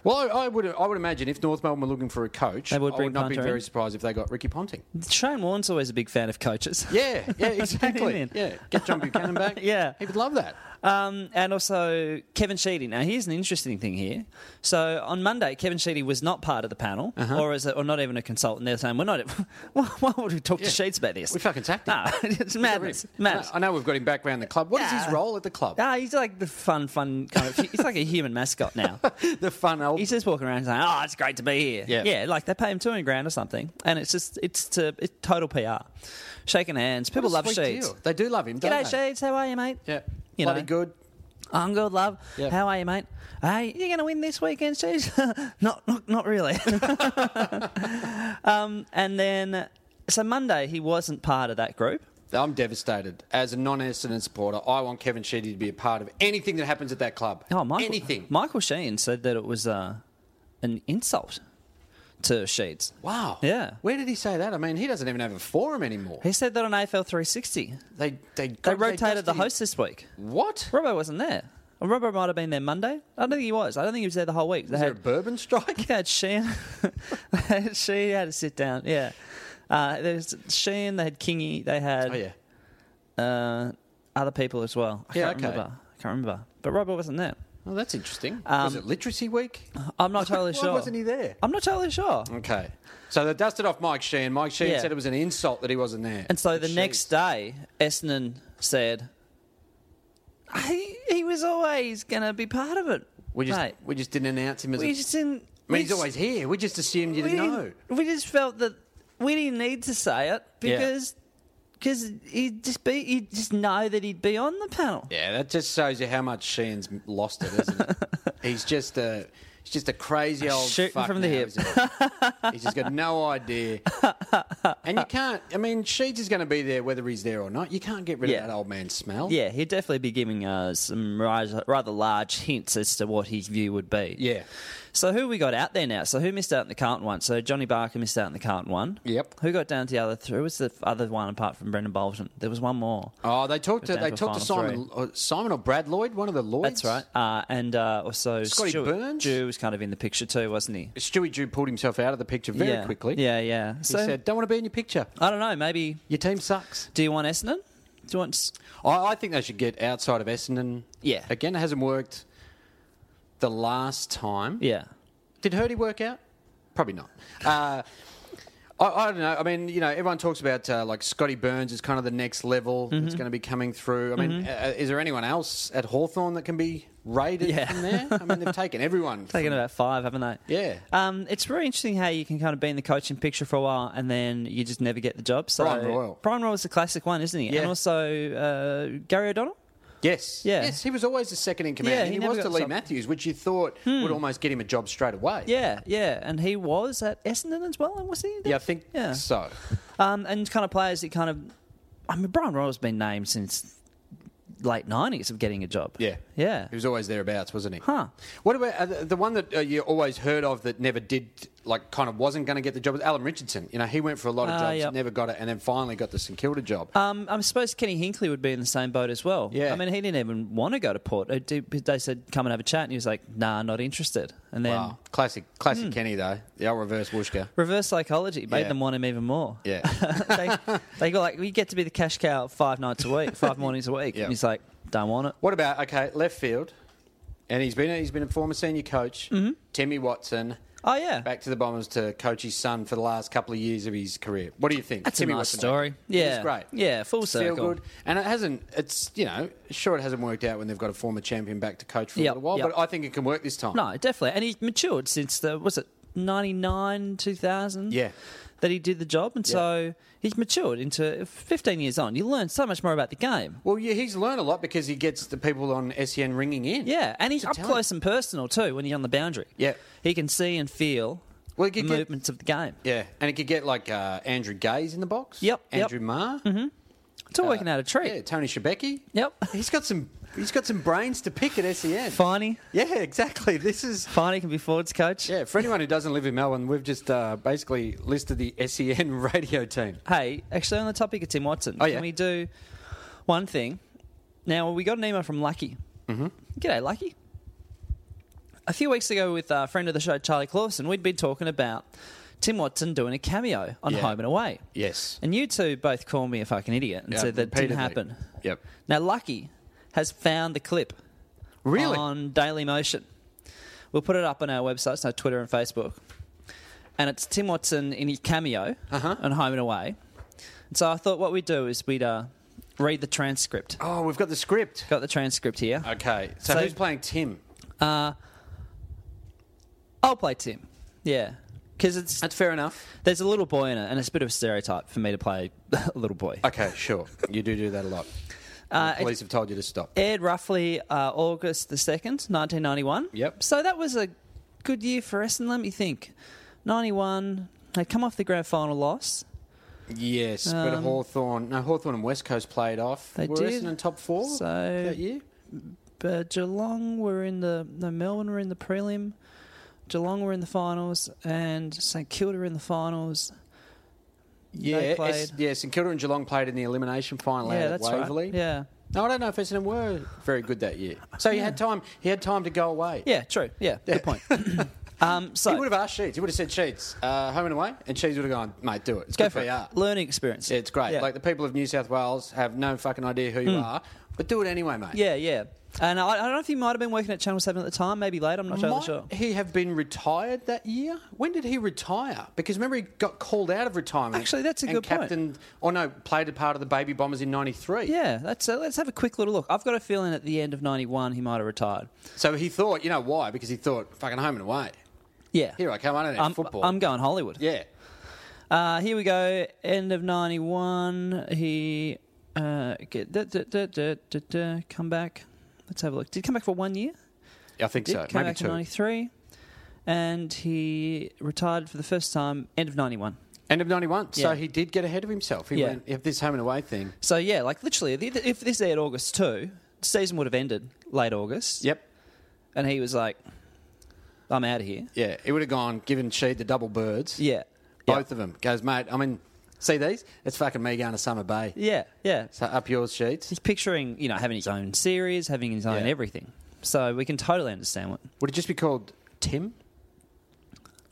S2: Well, I, I would I would imagine if North Melbourne were looking for a coach,
S1: They would
S2: I
S1: bring
S2: would not be
S1: Ponta in.
S2: very surprised if they got Ricky Ponting.
S1: Shane Warne's always a big fan of coaches.
S2: Yeah, yeah,
S1: Bring him
S2: exactly.
S1: in.
S2: yeah, get John Buchanan back.
S1: Yeah.
S2: he would love that.
S1: Um, and also Kevin Sheedy. Now, here's an interesting thing here. So on Monday, Kevin Sheedy was not part of the panel,
S2: Uh-huh.
S1: or is it, or not even a consultant. They're saying we're not. Why, why would we talk to Sheets about this?
S2: We fucking sacked him.
S1: No, it's madness. Madness.
S2: I know we've got him back around the club. What is
S1: Yeah.
S2: his role at the club?
S1: Ah, he's like the fun, fun kind of. He's like a human mascot now.
S2: the fun old.
S1: He's just walking around saying, "Oh, it's great to be here."
S2: Yeah.
S1: yeah. Like they pay him two hundred grand or something, and it's just it's to it's total PR, shaking hands. People
S2: What
S1: love
S2: a sweet
S1: Sheets.
S2: deal. They do love him, don't
S1: G'day,
S2: they?
S1: Sheets. How are you, mate?
S2: Yeah,
S1: You
S2: bloody
S1: know.
S2: good.
S1: I'm good, love.
S2: Yeah.
S1: How are you, mate? Hey, you going to win this weekend, Sheets? not, not, not really. um, and then so Monday he wasn't part of that group.
S2: I'm devastated. As a non Essendon supporter, I want Kevin Sheedy to be a part of anything that happens at that club.
S1: Oh, Michael,
S2: Anything.
S1: Michael Sheen said that it was uh, an insult to Sheets.
S2: Wow.
S1: Yeah.
S2: Where did he say that? I mean, he doesn't even have a forum anymore.
S1: He said that on AFL 360.
S2: They they,
S1: They rotated the host
S2: hosts.
S1: this week.
S2: What?
S1: Robbo wasn't there. Or Robbo might have been there Monday. I don't think he was. I don't think he was there the whole week. They
S2: Is there a
S1: had,
S2: bourbon strike?
S1: they had Sheen. they had Sheen had to sit down. Yeah. Uh, there's Sheen. They had Kingy. They had
S2: Oh yeah.
S1: uh, other people as well. I
S2: Yeah,
S1: can't
S2: okay.
S1: remember. I can't remember. But Robbo wasn't there.
S2: Oh, that's interesting. was
S1: Um,
S2: it Literacy Week?
S1: I'm not totally
S2: Why
S1: sure.
S2: wasn't he there?
S1: I'm not totally sure.
S2: Okay. So they dusted off Mike Sheehan. Mike Sheehan
S1: Yeah.
S2: said it was an insult that he wasn't there.
S1: And so the
S2: Jeez.
S1: next day, Essendon said, he, he was always going to be part of it.
S2: we just
S1: mate.
S2: we just didn't announce him as.
S1: We
S2: a,
S1: just didn't.
S2: I mean,
S1: we
S2: he's
S1: just-
S2: always here. We just assumed you didn't know.
S1: We just felt that we didn't need to say it
S2: Yeah.
S1: because because he'd just be he'd just know that he'd be on the panel.
S2: Yeah, that just shows you how much Sheehan's lost it, isn't it? he's just a he's just a crazy old
S1: Shooting
S2: fuck
S1: from the
S2: now,
S1: hip.
S2: isn't he? he's just got no idea, and you can't. I mean, Sheeds is going to be there whether he's there or not. You can't get rid
S1: Yeah.
S2: of that old man smell.
S1: Yeah, he'd definitely be giving us some rather rather large hints as to what his view would be.
S2: yeah.
S1: So who we got out there now? So who missed out in the Carlton one? So Johnny Barker missed out in the Carlton one.
S2: Yep.
S1: Who got down to the other three? Who was the other one apart from Brendan Bolton? There was one more.
S2: Oh, they talked to
S1: Down
S2: they
S1: to
S2: talked to
S1: final
S2: Simon or Simon or Brad Lloyd, one of the Lloyds.
S1: That's right. Uh, and uh, also
S2: Scotty
S1: Stuart
S2: Burns?
S1: Jew was kind of in the picture too, wasn't he?
S2: Stewie Jew pulled himself out of the picture very
S1: yeah.
S2: quickly.
S1: Yeah, yeah.
S2: He said, "Don't want to be in your picture.
S1: I don't know. Maybe
S2: Your team sucks."
S1: Do you want Essendon? Do you want? s-
S2: I, I think they should get outside of Essendon.
S1: Yeah.
S2: Again, it hasn't worked the last time.
S1: Yeah.
S2: Did Hurdy work out? Probably not. Uh, I, I don't know. I mean, you know, everyone talks about uh, like Scotty Burns is kind of the next level
S1: Mm-hmm.
S2: that's going to be coming through. I mean, uh, is there anyone else at Hawthorn that can be raided
S1: Yeah.
S2: from there? I mean, they've taken everyone.
S1: Taking about five, haven't they?
S2: Yeah.
S1: Um, it's really interesting how you can kind of be in the coaching picture for a while and then you just never get the job. So
S2: Brian Royal.
S1: Brian Royal's the classic one, isn't he?
S2: Yeah.
S1: And also uh, Gary O'Donnell.
S2: yes.
S1: Yeah.
S2: Yes, he was always the second in command.
S1: Yeah,
S2: and
S1: he
S2: he,
S1: never
S2: was to
S1: got
S2: Lee
S1: some-
S2: Matthews, which you thought would almost get him a job straight away.
S1: Yeah, yeah. And he was at Essendon as well, was he?
S2: Yeah, I think
S1: Yeah.
S2: so.
S1: Um, and kind of players that kind of, I mean, Brian Royal's been named since late nineties of getting a job.
S2: Yeah.
S1: yeah.
S2: He was always thereabouts, wasn't he?
S1: Huh.
S2: What about uh, the the one that uh, you always heard of that never did, like, kind of wasn't going to get the job? Was Alan Richardson. You know, he went for a lot of
S1: Ah,
S2: jobs,
S1: yep.
S2: never got it, and then finally got the St Kilda job.
S1: Um, I suppose Kenny Hinkley would be in the same boat as well.
S2: Yeah.
S1: I mean, he didn't even want to go to Port. Uh, do- They said, come and have a chat. And he was like, nah, not interested. And then
S2: wow. Ah, Classic,
S1: hmm.
S2: classic Kenny, though. The old reverse Wooshka.
S1: reverse psychology made
S2: Yeah.
S1: them want him even more.
S2: Yeah.
S1: they, they go like, we get to be the cash cow five nights a week, five mornings a week.
S2: Yeah.
S1: And he's like, don't want it.
S2: what about, okay, left field? and he's been a, he's been a former senior coach,
S1: Mm-hmm.
S2: Timmy Watson.
S1: Oh, yeah.
S2: back to the Bombers to coach his son for the last couple of years of his career. What do you think?
S1: That's a nice story.
S2: it's
S1: Yeah.
S2: great.
S1: Yeah, full
S2: It's
S1: circle.
S2: Feel good, and it hasn't. It's you know, sure it hasn't worked out when they've got a former champion back to coach for
S1: Yep,
S2: a little while,
S1: yep.
S2: but I think it can work this time.
S1: No, definitely. And he matured since the was it ninety nine two thousand?
S2: Yeah.
S1: That he did the job, and so he's matured into fifteen years on. You learn so much more about the game.
S2: Well, yeah, he's learned a lot because he gets the people on SEN ringing in.
S1: Yeah, and he's up
S2: talent.
S1: close and personal too when he's on the boundary.
S2: Yeah.
S1: he can see and feel
S2: Well, he
S1: the
S2: could get-
S1: movements of the game.
S2: Yeah, and it could get like uh, Andrew Gaze in the box.
S1: Yep, yep.
S2: Andrew Marr.
S1: It's all working out a treat.
S2: Uh, Yeah, Tony Shebeki.
S1: Yep.
S2: He's got some. He's got some brains to pick at SEN.
S1: Finey,
S2: Yeah, exactly. This is.
S1: Finey can be Ford's coach.
S2: Yeah, for anyone who doesn't live in Melbourne, we've just uh, basically listed the SEN radio team.
S1: Hey, actually, on the topic of Tim Watson,
S2: Oh, yeah.
S1: can we do one thing? Now, we got an email from Lucky. Mm-hmm. G'day, Lucky. A few weeks ago, with a friend of the show, Charlie Clausen, we'd been talking about Tim Watson doing a cameo on
S2: Yeah.
S1: Home and Away.
S2: Yes.
S1: And you two both called me a fucking idiot and
S2: Yeah,
S1: said that didn't
S2: repeatedly.
S1: happen.
S2: Yep.
S1: Now, Lucky has found the clip
S2: Really?
S1: on Daily Motion. We'll put it up on our websites, on Twitter and Facebook. And it's Tim Watson in his cameo
S2: Uh-huh.
S1: on Home and Away. And so I thought what we'd do is we'd uh, read the transcript.
S2: Oh, we've got the script.
S1: Got the transcript here.
S2: Okay, so,
S1: So-
S2: who's playing Tim?
S1: I'll play Tim. Yeah. Because it's
S2: That's fair enough.
S1: there's a little boy in it, and it's a bit of a stereotype for me to play a little boy.
S2: Okay, sure. You do do that a lot.
S1: Uh,
S2: the police have told you to stop.
S1: aired roughly uh, August the 2nd, 1991.
S2: Yep.
S1: So that was a good year for Essendon, let me think. 91, they'd come off the grand final loss.
S2: Yes, but Hawthorn, no, Hawthorn and West Coast played off.
S1: Um, They
S2: Were
S1: did.
S2: Essendon top four
S1: So-
S2: that year?
S1: But Geelong were in the, no, Melbourne were in the prelim. Geelong were in the finals, and St Kilda in the finals.
S2: Yeah, S-
S1: played-
S2: yeah, St Kilda and Geelong played in the elimination final
S1: yeah,
S2: out
S1: that's
S2: at Waverley.
S1: right. Yeah,
S2: No, I don't know if Essendon were very good that year. So he had time. He had time to go away.
S1: yeah, true. Yeah, good point. um, so
S2: He would have asked Sheets. He would have said Sheets, uh, home and away, and Sheets would have gone, mate, do it. It's
S1: go
S2: good
S1: for it.
S2: PR.
S1: Learning experience.
S2: Yeah, it's great.
S1: Yeah. Hmm.
S2: Like the people of New South Wales have no fucking idea who you are, but do it anyway, mate.
S1: yeah, yeah. And I, I don't know if he might have been working at Channel Seven at the time, maybe later. I'm not
S2: Might
S1: totally sure.
S2: he have been retired that year? When did he retire? Because remember he got called out of retirement.
S1: Actually, that's a
S2: and
S1: good point.
S2: captained, Or no, played a part of the Baby Bombers in '93.
S1: Yeah, that's uh, let's have a quick little look. I've got a feeling at the end of '91 he might have retired.
S2: So he thought, you know why? Because he thought, fucking home and away.
S1: Yeah,
S2: Here I come. I don't know
S1: I'm,
S2: football.
S1: I'm going Hollywood.
S2: yeah.
S1: Uh, here we go. End of '91. He uh, get, da, da, da, da, da, da, come back. Let's have a look. Did he come back for one year?
S2: I think
S1: Did
S2: so.
S1: come
S2: Maybe
S1: back in
S2: two.
S1: '93, and he retired for the first time. End of '91.
S2: End of '91. So
S1: Yeah.
S2: he did get ahead of himself. He
S1: Yeah.
S2: went if this home and away thing.
S1: So yeah, like literally, the- the- if this aired August two, the season would have ended late August.
S2: Yep.
S1: And he was like, "I'm out of here."
S2: Yeah. He would have gone, given Sheed the double birds.
S1: Yeah.
S2: Both of them goes, mate. I mean, see these? It's fucking me going to Summer Bay.
S1: Yeah. Yeah.
S2: So up yours, Sheets.
S1: He's picturing, you know, having his own series, having his own
S2: Yeah.
S1: everything. So we can totally understand what.
S2: Would it just be called Tim?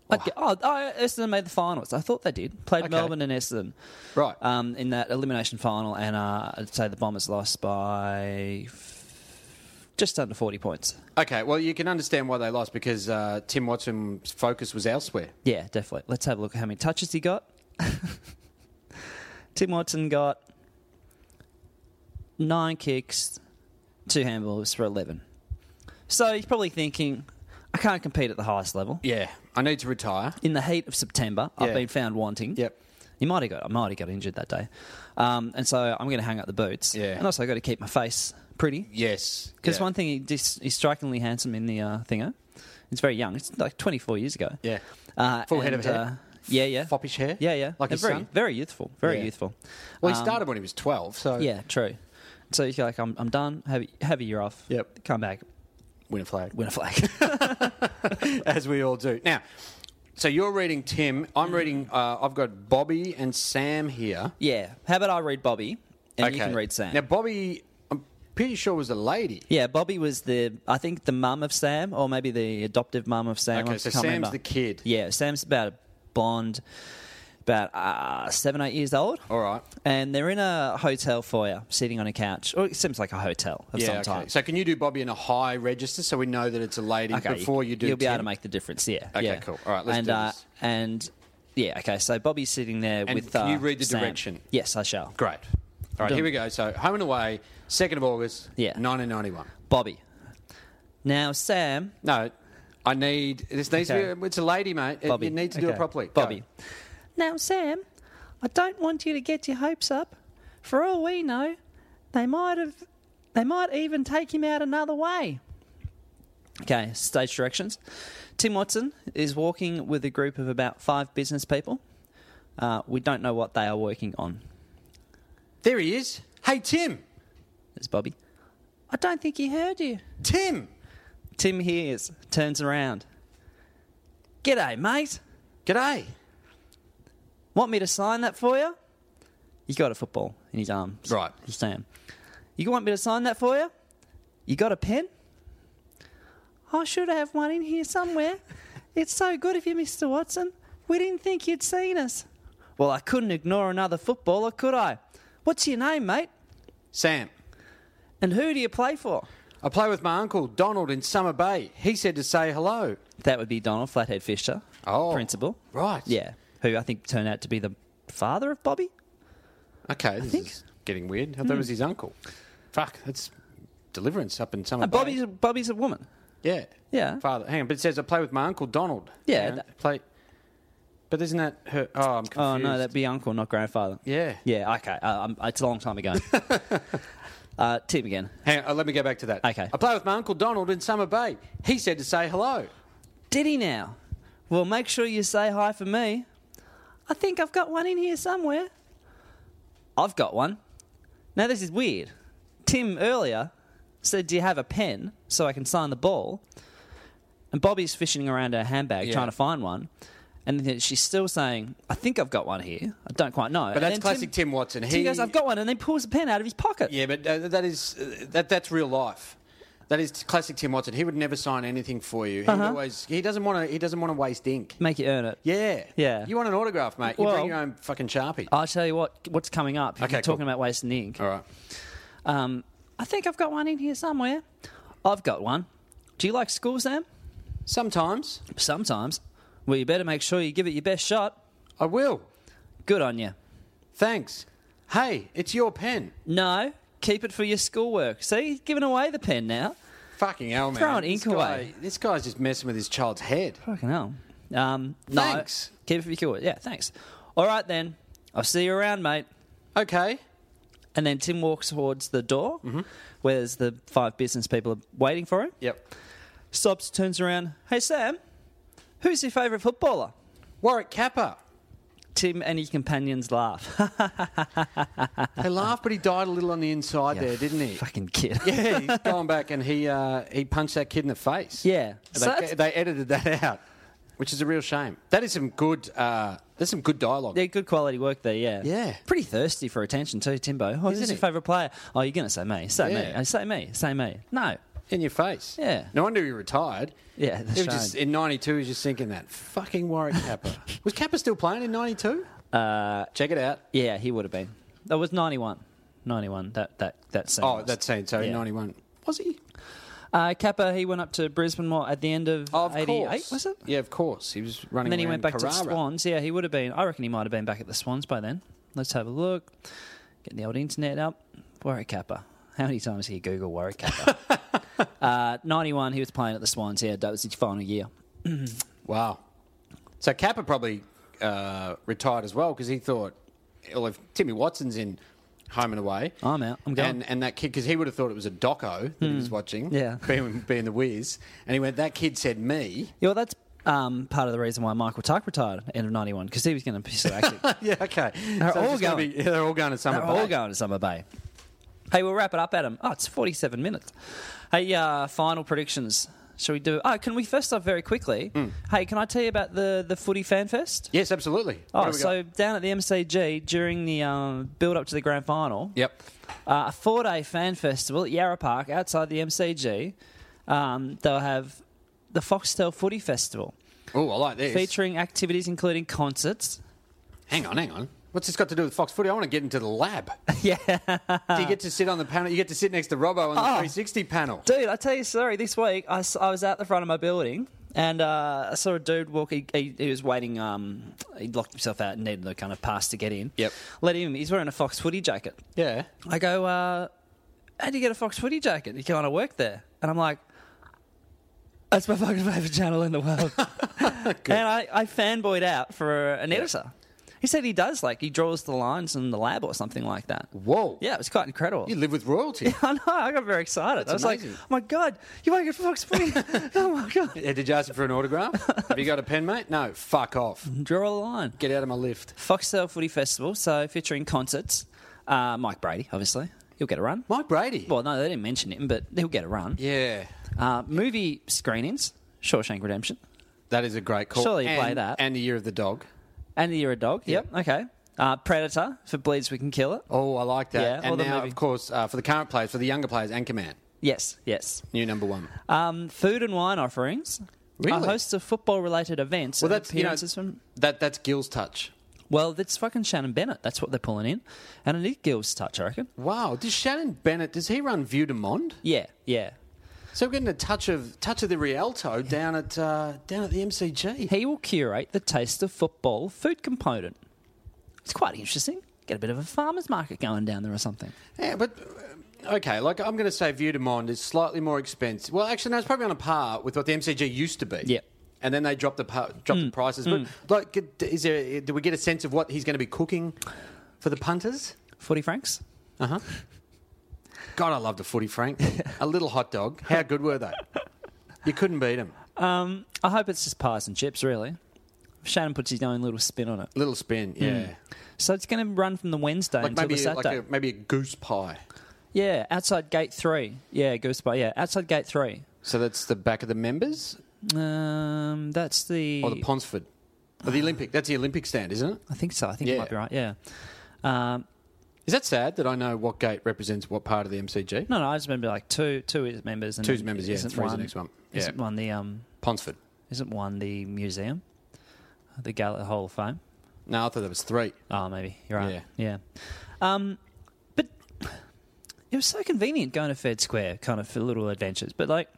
S1: I'd get- oh, oh, Essendon made the finals. I thought they did. Played
S2: Okay.
S1: Melbourne and Essendon
S2: Right.
S1: um, in that elimination final, and uh, I'd say the Bombers lost by f- just under 40 points.
S2: Okay, well, you can understand why they lost because uh, Tim Watson's focus was elsewhere.
S1: Yeah, definitely. Let's have a look at how many touches he got. Tim Watson got nine kicks, two handballs for 11. So he's probably thinking, I can't compete at the highest level.
S2: Yeah. I need to retire.
S1: in the heat of September,
S2: Yeah.
S1: I've been found wanting.
S2: Yep.
S1: He might have got. I might have got injured that day, um, and so I'm going to hang up the boots.
S2: Yeah.
S1: And also, I got to keep my face pretty
S2: Yes.
S1: because
S2: yeah.
S1: one thing he dis- he's strikingly handsome in the uh, thinger. It's very young. It's like 24 years ago.
S2: Yeah.
S1: Uh,
S2: Full head
S1: and,
S2: of hair?
S1: Uh, yeah, yeah.
S2: Foppish hair?
S1: Yeah, yeah.
S2: Like
S1: And
S2: his
S1: very,
S2: son?
S1: very youthful. Very
S2: Yeah.
S1: youthful.
S2: Well, he
S1: Um,
S2: started when he was 12, so
S1: Yeah, true. So he's like, I'm, I'm done. Have, have a year off.
S2: Yep.
S1: Come back.
S2: win a flag.
S1: Win a flag.
S2: As we all do. Now, so you're reading Tim.
S1: Mm.
S2: I'm reading, uh, I've got Bobby and Sam here.
S1: yeah. How about I read Bobby and you
S2: Okay.
S1: can read Sam.
S2: Now, Bobby, I'm pretty sure was a lady.
S1: Yeah, Bobby was the I think the mum of Sam, or maybe the adoptive mum of Sam.
S2: Okay,
S1: I
S2: so
S1: can't
S2: Sam's
S1: remember.
S2: the kid.
S1: Yeah, Sam's about a blonde, about uh, seven, eight years old.
S2: All right.
S1: And they're in a hotel foyer, sitting on a couch. Or it seems like a hotel of some
S2: Yeah.
S1: type.
S2: Okay. So can you do Bobby in a high register so we know that it's a lady
S1: Okay,
S2: before you do?
S1: you'll be able to
S2: Tim?
S1: make the difference. Yeah.
S2: Okay,
S1: yeah.
S2: cool. All right, let's
S1: and,
S2: do
S1: uh,
S2: this.
S1: And yeah, okay. So Bobby's sitting there
S2: And
S1: with. uh,
S2: can you read the
S1: Sam.
S2: direction?
S1: Yes, I shall.
S2: Great. All right,
S1: Done.
S2: here we go. So home and away, second of August,
S1: Yeah.
S2: 1991.
S1: Bobby. Now, Sam.
S2: No, I need this needs to
S1: Okay.
S2: be. It's a lady, mate. It,
S1: Bobby.
S2: you need to do it
S1: Okay.
S2: properly. Go.
S1: Bobby. Now, Sam, I don't want you to get your hopes up. For all we know, they might have. They might even take him out another way. Okay, stage directions. Tim Watson is walking with a group of about five business people. Uh, we don't know what they are working on.
S2: There he is. Hey, Tim.
S1: It's Bobby. I don't think he heard you.
S2: Tim.
S1: Tim hears, turns around. G'day, mate.
S2: G'day.
S1: Want me to sign that for you? He's got a football in his arm.
S2: Right.
S1: Sam. You want me to sign that for you? You got a pen? I should have one in here somewhere. it's so good of you, Mr. Watson. We didn't think you'd seen us. Well, I couldn't ignore another footballer, could I? What's your name, mate?
S2: Sam.
S1: And who do you play for?
S2: I play with my uncle Donald in Summer Bay. He said to say hello.
S1: That would be Donald Flathead Fisher,
S2: Oh,
S1: principal.
S2: right.
S1: Yeah, who I think turned out to be the father of Bobby.
S2: Okay, this
S1: think- Hmm.
S2: is getting weird. I thought it was his uncle. Fuck, that's deliverance up in Summer
S1: And
S2: Bay.
S1: Bobby's Bobby's a woman.
S2: yeah,
S1: Yeah.
S2: Father, hang on, but it says I play with my uncle Donald.
S1: Yeah,
S2: You know,
S1: that-
S2: play. But isn't that her? Oh, I'm confused.
S1: Oh no, that'd be uncle, not grandfather.
S2: Yeah.
S1: Yeah. Okay. Uh, um, it's a long time ago. uh, Tim again.
S2: Hang on, uh, let me go back to that.
S1: Okay.
S2: I play with my uncle Donald in Summer Bay. He said to say hello.
S1: Did he now? Well, make sure you say hi for me. I think I've got one in here somewhere. I've got one. Now, this is weird. Tim earlier said, Do you have a pen so I can sign the ball? And Bobby's fishing around her handbag
S2: Yeah.
S1: trying to find one. And then she's still saying, I think I've got one here. I don't quite know.
S2: But that's classic Tim Watson.
S1: He
S2: He-
S1: goes, I've got one. And then pulls a pen out of his pocket.
S2: Yeah, but uh, that is uh, that that's real life. That is classic Tim Watson. He would never sign anything for you. He
S1: Uh-huh.
S2: would always he doesn't want to he doesn't want to waste ink.
S1: Make you earn it.
S2: Yeah,
S1: Yeah.
S2: You want an autograph, mate? you
S1: Well-
S2: bring your own fucking sharpie.
S1: I'll tell you what. What's coming up? If
S2: Okay,
S1: you're talking
S2: cool.
S1: about wasting ink.
S2: All right.
S1: Um, I think I've got one in here somewhere. I've got one. Do you like school, Sam?
S2: Sometimes
S1: Sometimes. Well, you better make sure you give it your best shot.
S2: I will.
S1: Good on you.
S2: Thanks. Hey, it's your pen.
S1: No, keep it for your schoolwork. See, giving away the pen now.
S2: Fucking hell, man.
S1: Throw an
S2: This
S1: ink away.
S2: guy- This guy's just messing with his child's head.
S1: Fucking hell. Um, no,
S2: Thanks.
S1: Keep it for your schoolwork. Yeah, thanks. All right then. I'll see you around, mate.
S2: Okay.
S1: And then Tim walks towards the door,
S2: Mm-hmm.
S1: where there's the five business people are waiting for him.
S2: Yep.
S1: Stops, turns around. Hey, Sam, who's your favourite footballer?
S2: Warwick Kappa.
S1: Tim and his companions laugh.
S2: They laughed, but he died a little on the inside there, didn't he?
S1: Fucking kid.
S2: Yeah, he's gone back and he uh, he punched that kid in the face.
S1: Yeah.
S2: They,
S1: So that's-
S2: they edited that out, which is a real shame. That is some good. Uh, there's some good dialogue.
S1: Yeah, good quality work there, yeah.
S2: Yeah.
S1: Pretty thirsty for attention too, Timbo. Oh,
S2: Isn't
S1: who's your
S2: he?
S1: favourite player? Oh, you're going to say me. Say me.
S2: Yeah.
S1: Oh, say me. Say me. No.
S2: in your face.
S1: Yeah.
S2: No wonder he retired.
S1: Yeah,
S2: He
S1: that's
S2: was just
S1: shame.
S2: in '92. He was just thinking that fucking Warwick Kappa. was Kappa still playing in '92? Uh, Check it out.
S1: Yeah, he would have been. That was 91. 91, that, that, that scene.
S2: Oh,
S1: was.
S2: that's saying so. in
S1: Yeah.
S2: '91 was he?
S1: Uh, Kappa, he went up to Brisbane more at the end of,
S2: Of
S1: 88,
S2: course.
S1: was it?
S2: Yeah, of course. He was running.
S1: And then he went
S2: around
S1: back to the
S2: Carrara.
S1: Swans. Yeah, he would have been. I reckon he might have been back at the Swans by then. Let's have a look. Getting the old internet up. Warwick Kappa. How many times do you Google Warwick Kappa? uh, 91, he was playing at the Swans. Yeah, that was his final year.
S2: Wow. So Kappa probably uh, retired as well because he thought, well, if Timmy Watson's in home and away,
S1: I'm out. I'm going.
S2: And, and that kid, because he would have thought it was a doco that he was watching,
S1: Yeah.
S2: being, being the whiz. And he went, that kid said me.
S1: yeah, well, that's um, part of the reason why Michael Tuck retired at the end of 91 because he was going to be so active.
S2: Yeah, okay.
S1: They're all
S2: it's just gonna
S1: going.
S2: be- yeah, they're all going to summer.
S1: They're all
S2: break.
S1: going to Summer Bay. Hey, we'll wrap it up, Adam. Oh, it's 47 minutes. Hey, uh, final predictions. Shall we do? Oh, can we first off very quickly? Hey, can I tell you about the the Footy Fan Fest?
S2: Yes, absolutely. What
S1: Oh,
S2: have we
S1: so
S2: got?
S1: down at the MCG during the um, build up to the grand final,
S2: Yep.
S1: uh, a four day fan festival at Yarra Park outside the MCG. Um, they'll have the Foxtel Footy Festival
S2: Oh, I like this.
S1: featuring activities including concerts,
S2: Hang on, hang on. What's this got to do with Fox Footy? I want to get into the lab.
S1: Yeah.
S2: Do you get to sit on the panel? You get to sit next to Robbo on the
S1: Oh.
S2: 360 panel.
S1: Dude, I tell you, sorry. This week, I, s- I was out the front of my building and uh, I saw a dude walk. He, he, he was waiting. Um, he locked himself out and needed a kind of pass to get in.
S2: Yep.
S1: Let him. He's wearing a Fox Footy jacket.
S2: Yeah.
S1: I go, uh, how do you get a Fox Footy jacket? You can't work there. And I'm like, that's my fucking favourite channel in the world. and I, I fanboyed out for an editor. He said he does, like, he draws the lines in the lab or something like that.
S2: Whoa.
S1: Yeah, it was quite incredible.
S2: You live with royalty.
S1: I know, I got very excited. I was like,
S2: amazing.
S1: oh my God, you work at Fox Footy. oh my God.
S2: Yeah, Did you ask him for an autograph? Have you got a pen, mate? No. Fuck off.
S1: Draw a line.
S2: Get out of my lift.
S1: Foxtel Footy Festival, so featuring concerts. Uh, Mike Brady, obviously. He'll get a run.
S2: Mike Brady.
S1: Well, no, they didn't mention him, but he'll get a run.
S2: Yeah.
S1: Uh, movie screenings, Shawshank Redemption,
S2: That is a great call.
S1: Surely you
S2: and,
S1: play that.
S2: And the year of the dog.
S1: and the Year of Dog. Yep, okay. Uh, Predator for Bleeds We Can Kill It.
S2: Oh, I like that.
S1: Yeah, all
S2: and
S1: the
S2: now,
S1: movie.
S2: of course, uh, for the current players, for the younger players, Anchorman,
S1: Yes, yes.
S2: new number one.
S1: Um, food and wine offerings.
S2: Really?
S1: A host of football related events
S2: well,
S1: and
S2: that's you know,
S1: appearances from.
S2: that that's Gill's touch.
S1: Well, that's fucking Shannon Bennett. That's what they're pulling in. And a Nick Gill's touch, I reckon.
S2: Wow, does Shannon Bennett? Does he run View de Monde?
S1: Yeah, yeah.
S2: So we're getting a touch of touch of the Rialto down at uh, down at the MCG.
S1: He will curate the taste of football food component. It's quite interesting. Get a bit of a farmer's market going down there or something.
S2: Yeah, but uh, okay, like I'm going to say, View de Monde is slightly more expensive. Well, actually, no, it's probably on a par with what the MCG used to be.
S1: Yep.
S2: And then they dropped the pa- dropped
S1: Mm.
S2: the prices. But like, is there? Do we get a sense of what he's going to be cooking for the punters?
S1: 40 francs?
S2: Uh huh. God, I love the footy, Frank. a little hot dog. How good were they? You couldn't beat them.
S1: Um, I hope it's just pies and chips, really. Shannon puts his own little spin on it.
S2: Little spin, yeah.
S1: So it's going to run from the Wednesday
S2: Like
S1: Mm. until
S2: maybe
S1: the
S2: like
S1: Saturday.
S2: a, maybe a goose pie.
S1: yeah, outside gate three. Yeah, Goose Bar. Yeah, outside gate three.
S2: So that's the back of the members
S1: Um, that's the.
S2: or Oh, the Ponsford. Or the Olympic. That's the Olympic stand, isn't it?
S1: I think so. I think you
S2: Yeah.
S1: might be right. Yeah. Um,
S2: Is that sad that I know what gate represents what part of the MCG?
S1: no, no, I just remember like two, two is members. And
S2: Two's
S1: then
S2: members, yeah,
S1: Isn't
S2: three's the
S1: one,
S2: next one.
S1: Isn't
S2: Yeah.
S1: one the um?
S2: Ponsford.
S1: Isn't one the museum? The Gala Hall of Fame.
S2: No, I thought that was three.
S1: Oh, maybe you're right. Yeah. Um, but it was so convenient going to Fed Square, kind of for little adventures. But like,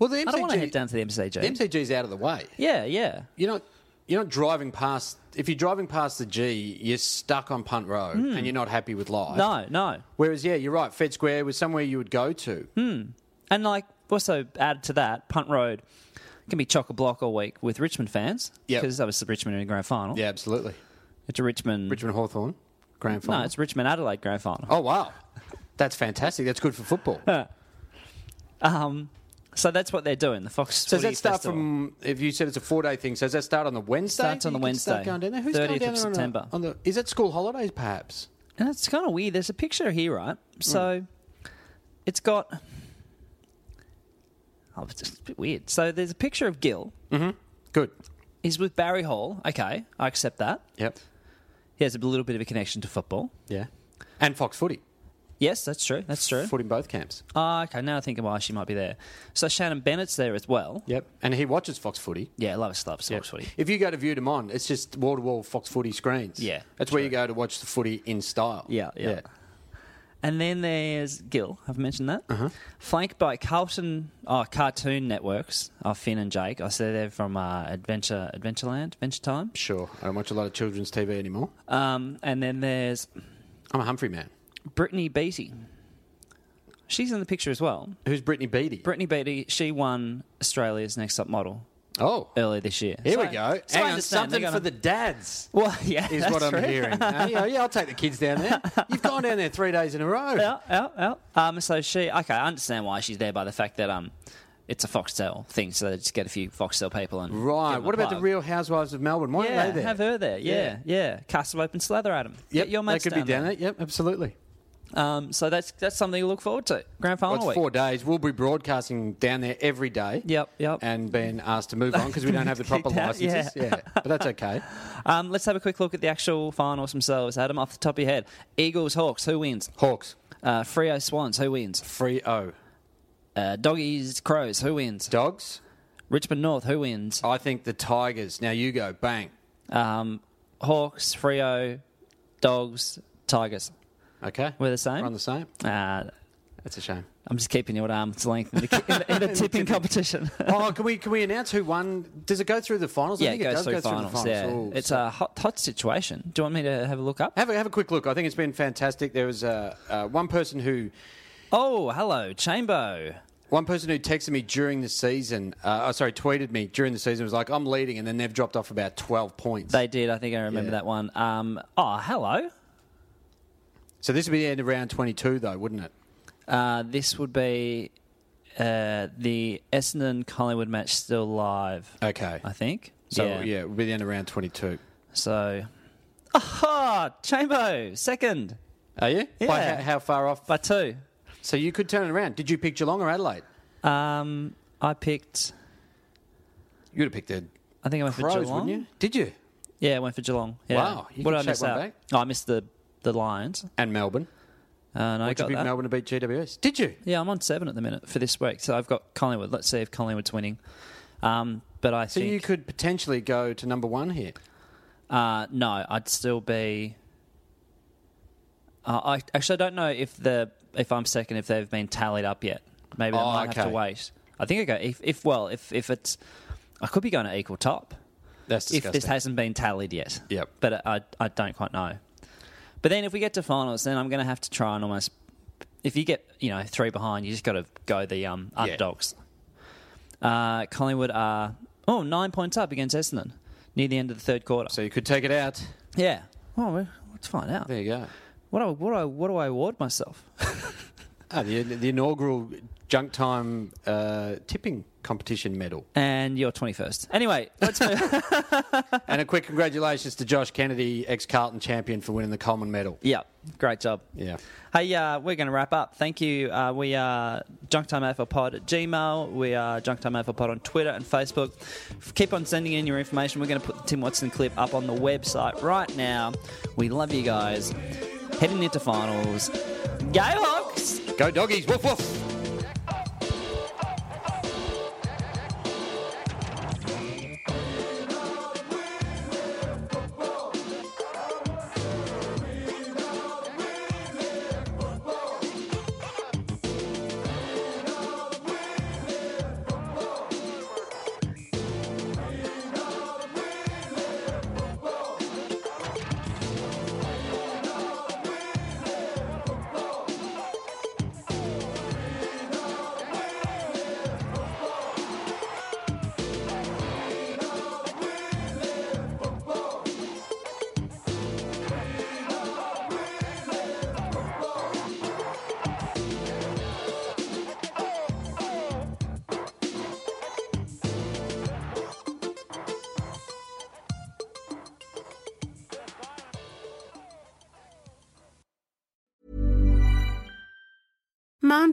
S2: Well, the MCG,
S1: I don't want to head down to the MCG.
S2: the MCG's out of the way.
S1: Yeah, yeah.
S2: You're not you're not driving past. If you're driving past the G, you're stuck on Punt Road and you're not happy with life.
S1: No, no.
S2: Whereas, yeah, you're right. Fed Square was somewhere you would go to.
S1: And like, also added to that, Punt Road can be chock a block all week with Richmond fans
S2: Yep.
S1: because that was the Richmond in the grand final.
S2: Yeah, absolutely.
S1: It's a Richmond.
S2: Richmond Hawthorn grand final.
S1: No, it's Richmond Adelaide grand final.
S2: oh wow, that's fantastic. That's good for football.
S1: Um, so that's what they're doing. The Fox.
S2: so does
S1: Footy
S2: that start
S1: Festival.
S2: from? If you said it's a four day thing, so does that start on the Wednesday?
S1: Starts on
S2: You
S1: the
S2: can start
S1: Wednesday,
S2: going down there? Who's
S1: 30th
S2: going down
S1: of
S2: there on a-
S1: September.
S2: On the, is it school holidays? Perhaps.
S1: And it's kind of weird. There's a picture here, right? So it's got. Oh, it's just a bit weird. So there's a picture of Gil.
S2: Good.
S1: He's with Barry Hall. Okay, I accept that.
S2: Yep.
S1: He has a little bit of a connection to football.
S2: Yeah. And Fox Footy.
S1: Yes, that's true. That's true.
S2: Foot in both camps.
S1: Ah, okay, now I think why she might be there. So Shannon Bennett's there as well.
S2: Yep. And he watches Fox Footy.
S1: Yeah, loves loves yep. footy.
S2: If you go to View Dem On, it's just wall to wall Fox Footy screens.
S1: Yeah,
S2: That's where you go to watch the footy in style.
S1: Yeah, yeah. And then there's Gil. I've mentioned that. Flanked by Carlton oh, Cartoon Networks. Oh, Finn and Jake. I see they're from uh, Adventure Adventureland, Adventure Time.
S2: Sure. I don't watch a lot of children's TV anymore.
S1: Um, and then there's
S2: I'm a Humphrey man.
S1: Brittany Beatty. She's in the picture as well.
S2: Who's Brittany Beattie?
S1: Brittany Beatty, she won Australia's Next Top Model
S2: oh,
S1: earlier this year.
S2: here we
S1: Uh, So-
S2: go.
S1: so I
S2: Hang on,
S1: understand they're
S2: something for
S1: gonna-
S2: the dads
S1: Well, yeah.
S2: is
S1: that's
S2: what I'm
S1: true.
S2: hearing. Hey, yeah, yeah, I'll take the kids down there. You've gone down there three days in a row.
S1: Yeah, yeah, yeah. Um, so she, okay, I understand why she's there by the fact that um, it's a Foxtel thing, so they just get a few Foxtel people and give
S2: Right.
S1: them a
S2: What about the
S1: plug.
S2: Real Housewives of Melbourne? Why
S1: Yeah,
S2: aren't they there?
S1: have her there. Yeah, yeah. Cast them open, slather at them.
S2: Yep,
S1: Get your
S2: they
S1: mates
S2: could
S1: down
S2: be down there. Yep, absolutely.
S1: there. Um, so that's that's something to look forward to. Grand final
S2: Well, it's
S1: week.
S2: four days. We'll be broadcasting down there every day.
S1: Yep, yep.
S2: And being asked to move on because we don't have the proper
S1: Kicked out,
S2: licenses.
S1: yeah.
S2: yeah, but that's okay.
S1: Um, let's have a quick look at the actual finals themselves. Adam, off the top of your head, Eagles, Hawks, who wins?
S2: Hawks,
S1: Uh, Frio Swans, who wins?
S2: free O.
S1: Uh, Doggies, Crows, who wins?
S2: Dogs,
S1: Richmond North, who wins?
S2: I think the Tigers. Now you go, bang.
S1: Um, Hawks, Frio, Dogs, Tigers.
S2: Okay.
S1: We're the same?
S2: We're on the same.
S1: Uh,
S2: That's a shame.
S1: I'm just keeping you at arm's length in the, in the, in the tipping competition.
S2: oh, can we can we announce who won? Does it go through the finals?
S1: yeah,
S2: I
S1: it
S2: think
S1: goes
S2: does
S1: through
S2: go
S1: finals.
S2: through the
S1: yeah,
S2: finals. Ooh,
S1: it's
S2: so-
S1: a hot, hot situation. Do you want me to have a look up?
S2: have a have a quick look. I think it's been fantastic. There was uh, uh, one person who
S1: Oh, hello, Chambo.
S2: One person who texted me during the season, uh, oh, sorry, tweeted me during the season was like, "I'm leading," and then they've dropped off about twelve points.
S1: They did. I think I remember
S2: Yeah.
S1: that one. Um, oh, hello.
S2: so this would be the end of round twenty-two, though, wouldn't it?
S1: Uh, this would be uh, the Essendon Collingwood match still live.
S2: Okay.
S1: I think.
S2: So yeah, it would be the end of round twenty-two.
S1: So, aha, Chambo second
S2: Are you? By
S1: Yeah.
S2: ho- how far off?
S1: by two.
S2: So you could turn it around. Did you pick Geelong or Adelaide?
S1: Um, I picked.
S2: You'd have picked the
S1: I think I went
S2: Crows,
S1: for Geelong.
S2: wouldn't you? Did you?
S1: Yeah, I went for Geelong. Yeah.
S2: Wow, you
S1: what
S2: can
S1: did I miss
S2: check
S1: out?
S2: one back.
S1: Oh, I missed the the Lions.
S2: And Melbourne.
S1: Uh, and I
S2: Would you
S1: got
S2: pick
S1: that.
S2: Melbourne to beat GWS? Did you?
S1: Yeah, I'm on seven at the minute for this week. So I've got Collingwood. Let's see if Collingwood's winning. Um, but I
S2: So
S1: think
S2: you could potentially go to number one here.
S1: Uh, no, I'd still be. Uh, I actually I don't know if the if I'm second if they've been tallied up yet. Maybe
S2: Oh,
S1: I might have
S2: okay.
S1: to wait. I think I go if if well if if it's I could be going to equal top
S2: That's disgusting.
S1: if this hasn't been tallied yet.
S2: Yep.
S1: But I I don't quite know. But then if we get to finals, then I'm going to have to try and almost. If you get you know three behind, you just got to go the um, underdogs. Uh, Collingwood are oh nine points up against Essendon near the end of the third quarter.
S2: so you could take it out.
S1: Yeah. Well, we- let's find out.
S2: There you go.
S1: What do I, what do I, what do I award myself?
S2: Ah, the, the inaugural junk time uh, tipping competition medal.
S1: and you're 21st. Anyway, let's move.
S2: And a quick congratulations to Josh Kennedy, ex Carlton champion, for winning the Coleman medal.
S1: yeah. Great job.
S2: Yeah.
S1: Hey, uh, we're going to wrap up. Thank you. Uh, we are Junk Time AFL Pod at Gmail. We are Junk Time AFL Pod on Twitter and Facebook. F- Keep on sending in your information. We're going to put the Tim Watson clip up on the website right now. We love you guys. Heading into finals. Go Hawks!
S2: Go doggies, woof woof!
S3: Mom